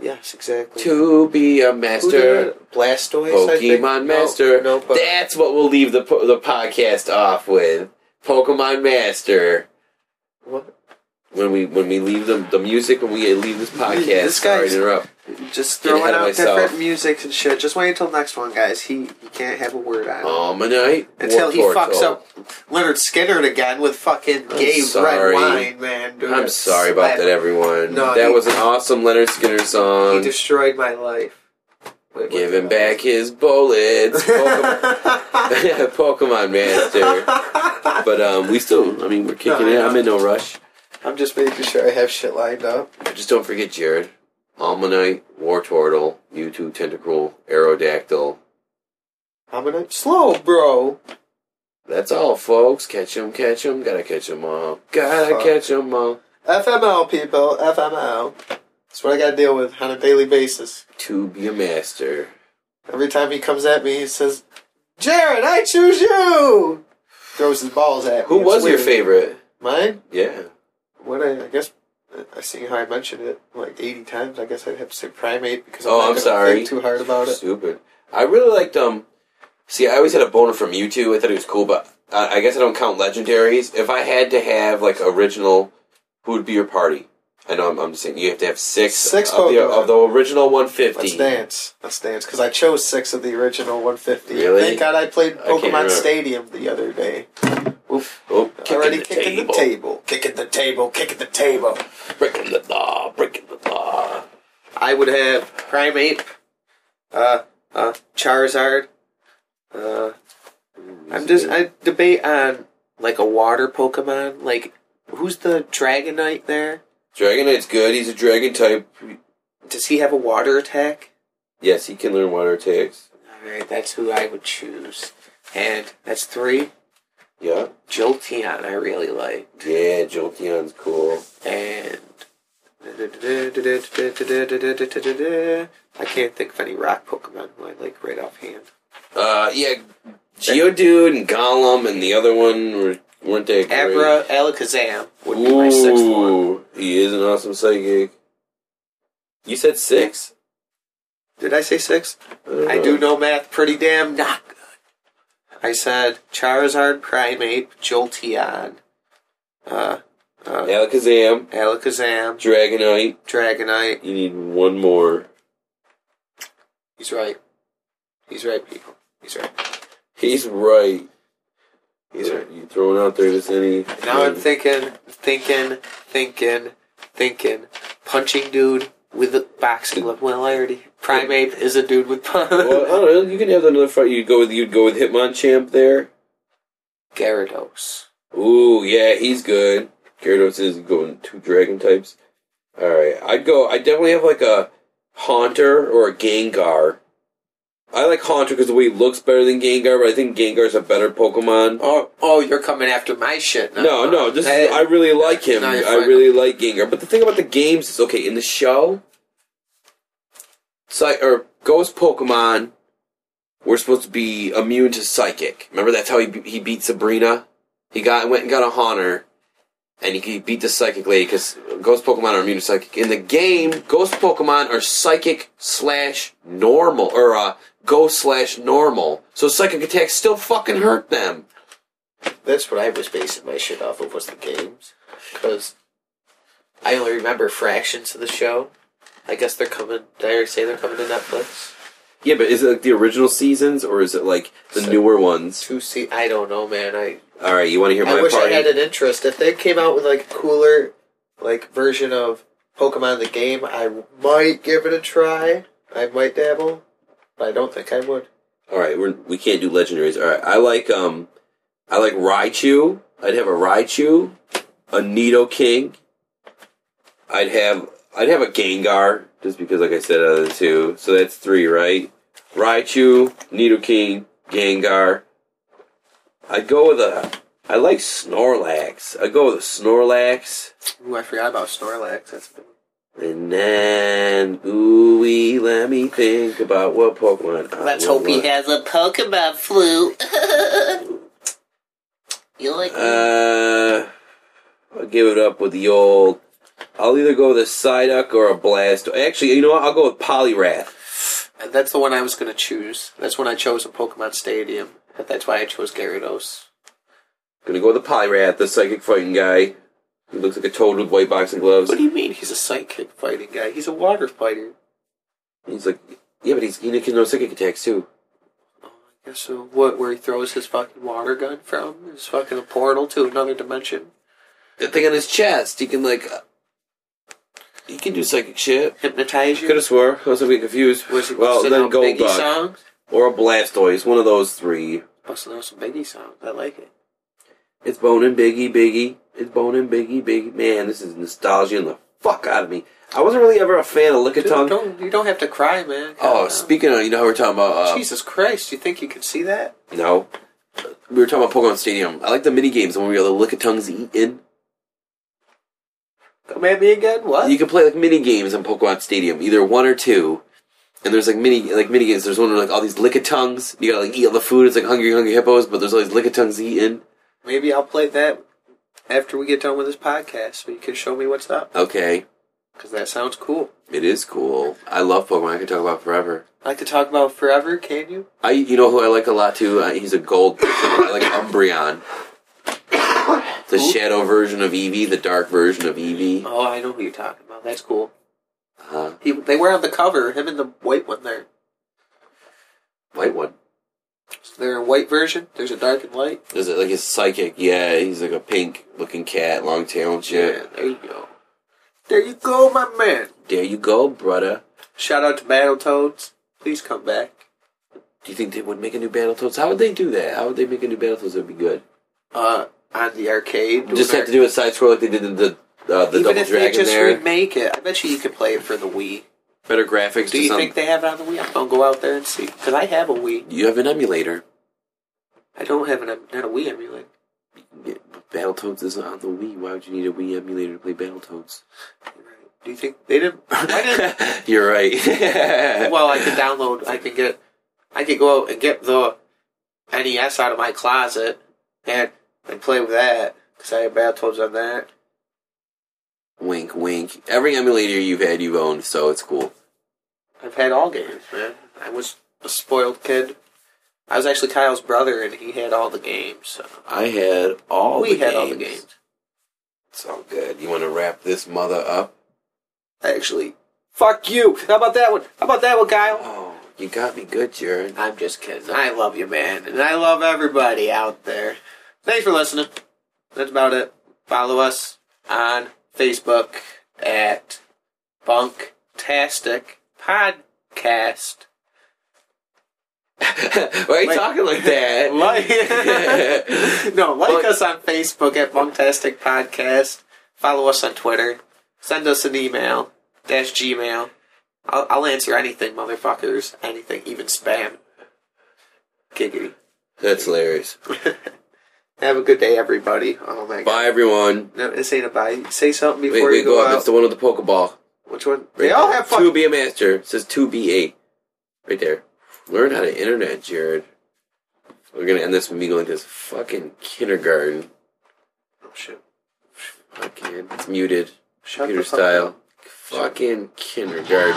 C: yes, exactly.
B: to be a
C: Who did
B: master.
C: it? Blastoise. I think? No,
B: Pokemon Master.
C: No, but
B: That's what we'll leave the po- the podcast off with. Pokemon Master.
C: what?
B: When we when we leave the the music when we leave this podcast.
E: This
B: sorry
E: guy's-
B: to interrupt.
E: Just
B: Get ahead
E: throwing
B: of
E: out
B: myself.
E: different music and shit. Just wait until next one, guys. He he can't have a word on. it.
B: Oh, Almanite.
E: Until he
B: Wartortle.
E: fucks up Leonard Skinner again with fucking gay
B: sorry.
E: red wine, man. Dude,
B: I'm sorry about that, everyone.
E: No,
B: that
E: he-
B: was an awesome Leonard Skinner
E: He
B: song.
E: destroyed my life. Wait,
B: Give him back his bullets. Pokemon, Pokemon Master. But um, we still, I mean, we're kicking
E: No, I
B: it.
E: know.
B: I'm in no rush.
E: I'm just making sure I have shit lined up.
B: Just don't forget Jared. Almanite, War Turtle, Mewtwo, Tentacruel, Aerodactyl.
C: I'm gonna slow, bro.
B: That's all, folks. Catch 'em, catch 'em, Gotta catch 'em all. Gotta
C: Fuck.
B: catch 'em all.
C: FML people, FML. That's what I gotta deal with on a daily basis.
B: To be a master.
C: Every time he comes at me, he says, "Jared, I choose you." Throws his balls at me.
B: Who
C: It's
B: was your
C: weird.
B: favorite?
C: Mine.
B: Yeah.
C: What I, I guess
F: I see how I mentioned it like 80 times. I guess I'd have to say primate because
B: Oh,
F: I'm, not
B: I'm
F: gonna
B: sorry.
F: think too hard about it.
B: Stupid. I really liked um. See, I always had a boner from Mewtwo. I thought he was cool, but I, I guess I don't count legendaries. If I had to have like original, who would be your party? I know I'm, I'm saying you have to have six,
F: Six
B: of, the,
F: Pokemon.
B: of the original 150.
F: Let's dance. Let's dance because I chose six of the original 150.
B: Really?
F: Thank God I played
B: can't
F: Pokemon
B: remember.
F: Stadium the other day.
B: Oh, kicking
F: Already
B: the
F: kicking
B: table.
F: the table. Kicking the table. Kicking the table.
B: Breaking the law. Breaking the law.
C: I would have Primeape, uh, uh, Charizard. Uh,
F: Mm,
C: I'm just I debate on like a water Pokemon. Like who's the Dragonite there?
B: Dragonite's good. He's a dragon type.
C: Does he have a water attack?
B: Yes, he can learn water attacks.
C: All right, that's who I would choose, and that's three.
B: Yeah.
C: Jolteon, I really like,
B: Yeah, Jolteon's cool.
C: and. I can't think of any rock Pokemon who I like right offhand.
B: Uh, yeah, Geodude and Gollum and the other one were, weren't they great?
C: Abra Alakazam would be
B: Ooh,
C: my sixth one.
B: He is an awesome psychic. You said six?
C: Did I say six?
B: don't
C: I do know math pretty damn not good. I said Charizard, Primeape, Jolteon, uh, uh,
B: Alakazam,
C: Alakazam,
B: Dragonite.
C: Dragonite.
B: You need one more.
C: He's right. He's right, people. He's right.
B: He's right.
C: He's right.
B: You throwing out there this any?
C: Now I'm thinking, thinking, thinking, thinking. Punching dude with a boxing glove. Well, I already. Primeape is a dude with
B: Well, I
C: pun.
B: don't know. You can have another fight. You'd go with you'd go with Hitmonchamp there.
C: Gyarados.
B: Ooh, yeah, he's good. Gyarados is going two dragon types. All right, I'd go. I definitely have like a Haunter or a Gengar. I like Haunter because the way he looks better than Gengar, but I think Gengar's a better Pokemon.
C: Oh, oh, you're coming after my shit. now.
B: No, no, this is, I really like him.
C: No,
B: I
C: you're fine.
B: really like Gengar. But the thing about the games is okay in the show, Psy- or Ghost Pokemon were supposed to be immune to Psychic. Remember that's how he be- he beat Sabrina. He got went and got a Haunter, and he, he beat the Psychic lady because Ghost Pokemon are immune to Psychic. In the game, Ghost Pokemon are Psychic slash normal or uh, Ghost slash normal, so Psychic attacks still fucking hurt them.
F: That's what I was basing my shit off of was the games. Because
C: I only remember fractions of the show. I guess they're coming. Did I already say they're coming to Netflix?
B: Yeah, but is it like the original seasons or is it like the
C: So-
B: newer ones?
C: Two se- I don't know, man. I
B: All right, you want to hear my
F: I wish
B: party?
F: I had an interest. If they came out with like a cooler like version of Pokemon the game, I might give it a try. I might dabble, but I don't think I would.
B: All right, we're, we can't do legendaries. All right, I like um, I like Raichu. I'd have a Raichu, a Nido King. I'd have I'd have a Gengar just because, like I said, out of the two, so that's three, right? Raichu, Nido King, Gengar. I'd go with a. I like Snorlax. I'd go with a Snorlax.
C: ooh, I forgot about Snorlax. That's
B: And then, ooh, wee, let me think about what Pokemon. I
G: Let's hope he
B: want.
G: has a Pokemon flu. you like
B: Uh, I'll give it up with the old. I'll either go with a Psyduck or a Blast. Actually, you know what? I'll go with Poliwrath.
C: Uh, that's the one I was gonna choose. That's when I chose a Pokemon Stadium. But that's why I chose Gyarados.
B: Gonna go with the Poliwrath, the psychic fighting guy. He looks like a toad with white boxing gloves.
C: What do you mean? He's a psychic fighting guy. He's a water fighter.
B: He's like, yeah, but he's he can know psychic attacks too.
C: Yeah, So what? Where he throws his fucking water gun from? His fucking a portal to another dimension.
B: That thing on his chest, he can like, uh, he can do psychic shit.
C: Hypnotize
B: Could
C: you.
B: have swore. I was a bit confused.
C: Was he
B: well,
C: busting
B: then
C: out
B: Gold
C: Biggie
B: Duck.
C: songs?
B: or a Blastoise, one of those three.
C: Busting out some Biggie songs. I like it.
B: It's Bone and Biggie, Biggie. It's Bone and Biggie, Biggie. Man, this is nostalgia and the fuck out of me. I wasn't really ever a fan of
C: Dude,
B: Lickitung.
C: don't, you don't have to cry, man.
B: Oh,
C: God,
B: speaking of, you know how we're talking about? Uh,
C: Jesus Christ, you think you could see that?
B: no, we were talking about Pokemon Stadium. I like the mini games when we got the Lickitungs eating.
C: Come at me again? What?
B: You can play like mini games in Pokemon Stadium, either one or two. And there's like mini like mini games. There's one with like all these Lickitungs. You gotta like eat all the food. It's like hungry, hungry hippos, but there's all these Lickitungs eating.
C: Maybe I'll play that after we get done with this podcast so you can show me what's up.
B: Okay,
C: Because that sounds cool.
B: it is cool. I love Pokemon. I could talk about it forever.
C: I could talk about forever, can you?
B: I, you know who I like a lot too. Uh, he's a gold. person. I like Umbreon, the shadow version of Eevee, the dark version of Eevee.
C: Oh, I know who you're talking about. That's cool.
B: Uh,
C: He, they were on the cover, him and the white one there.
B: white one.
C: So they're a white version. There's a dark and light.
B: Is it like his psychic? Yeah, he's like a pink looking cat, long tail and shit.
C: there you go. There you go, my man.
B: There you go, brother.
C: Shout out to Battletoads. Please come back.
B: Do you think they would make a new Battletoads? How would they do that? How would they make a new Battletoads? It would be good.
C: Uh, on the arcade.
B: Just have to do a side scroll like they did in the uh, the
C: Even
B: Double
C: if they
B: Dragon
C: just
B: there.
C: remake it, I bet you you can play it for the Wii.
B: Better graphics.
C: Do
B: or
C: you
B: something.
C: think they have it on the Wii? I'm gonna go out there and see. Cause I have a Wii.
B: you have an emulator?
C: I don't have an em- not a Wii emulator.
B: Yeah, but Battletoads isn't on the Wii. Why would you need a Wii emulator to play Battletoads?
C: Do you think they didn't? Why didn't
B: You're right.
C: well, I can download. I can get. I can go out and get the NES out of my closet and and play with that because I have Battletoads on that.
B: wink, wink. Every emulator you've had, you've owned, so it's cool.
C: I've had all games, man. I was a spoiled kid. I was actually Kyle's brother, and he had all the games. So
B: I had all.
C: we
B: the
C: had
B: games.
C: all the games.
B: It's all good. You want to wrap this mother up?
C: Actually, fuck you. How about that one? How about that one, Kyle?
B: Oh, you got me good, Jared.
C: I'm just kidding. I love you, man, and I love everybody out there. Thanks for listening. That's about it. Follow us on Facebook at Bunktastic Podcast.
B: Why are you talking like that?
C: Like, no, like
B: Bunk-
C: us on Facebook at Bunktastic Podcast. Follow us on Twitter. Send us an email dash Gmail. I'll, I'll answer anything, motherfuckers. Anything, even spam. Giggity.
B: That's hilarious.
C: Have a good day, everybody. Oh my god.
B: Bye, everyone.
C: No, this ain't a bye. Say something
B: Wait,
C: before
B: wait,
C: you go,
B: go up.
C: out.
B: That's the one with the Pokeball.
C: Which one?
B: Right
C: they all
B: there.
C: have fun.
B: To be a master. It says to be a. Right there. Learn how to internet, Jared. We're gonna end this with me going to this fucking kindergarten.
C: Oh, shit.
B: Fucking it's muted.
C: Shut
B: Computer
C: the fuck up.
B: style. Fucking kindergarten.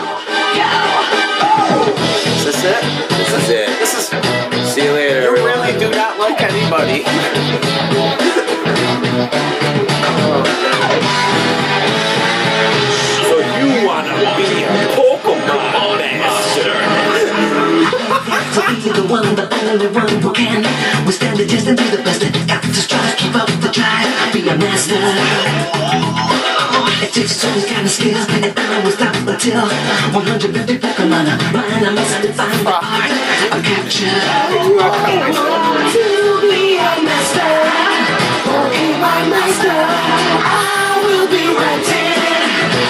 C: Is this it?
B: This is it.
C: This is.
B: See you later.
C: You
B: everyone.
C: really do not like anybody.
H: So you wanna be a Pokemon master?
I: So easy, the one, the only one who can withstand the test and be the best. Got to strive, keep up the drive, be a master. It takes a certain kind of skill, and I will stop until 150 Pokemon mine. I must define the art of capture. I want to be a master, Pokemon master. I will be waiting.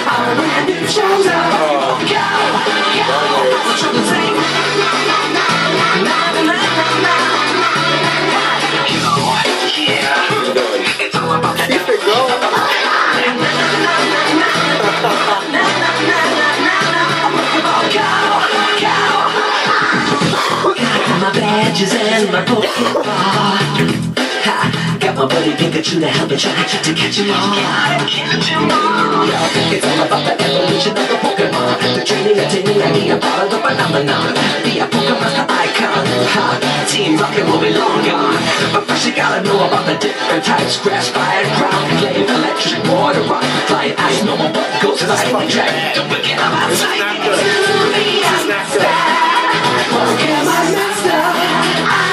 I: I will be chosen. Go, go, what you think? my badges and my book. Got my buddy Pikachu to help me try to catch 'em all. Yo, it's all about the evolution of the Pokemon. The training, attaining, and being part of the phenomenon. Be a Pokemon icon. Ha, team Rocket will be long gone. But first you gotta know about the different types. Grass, fire, ground, flame, electric, water, rock, flying, ice, normal, but ghost, lightning, dragon. Don't forget about lightning. This is not good. Pokemon Master. I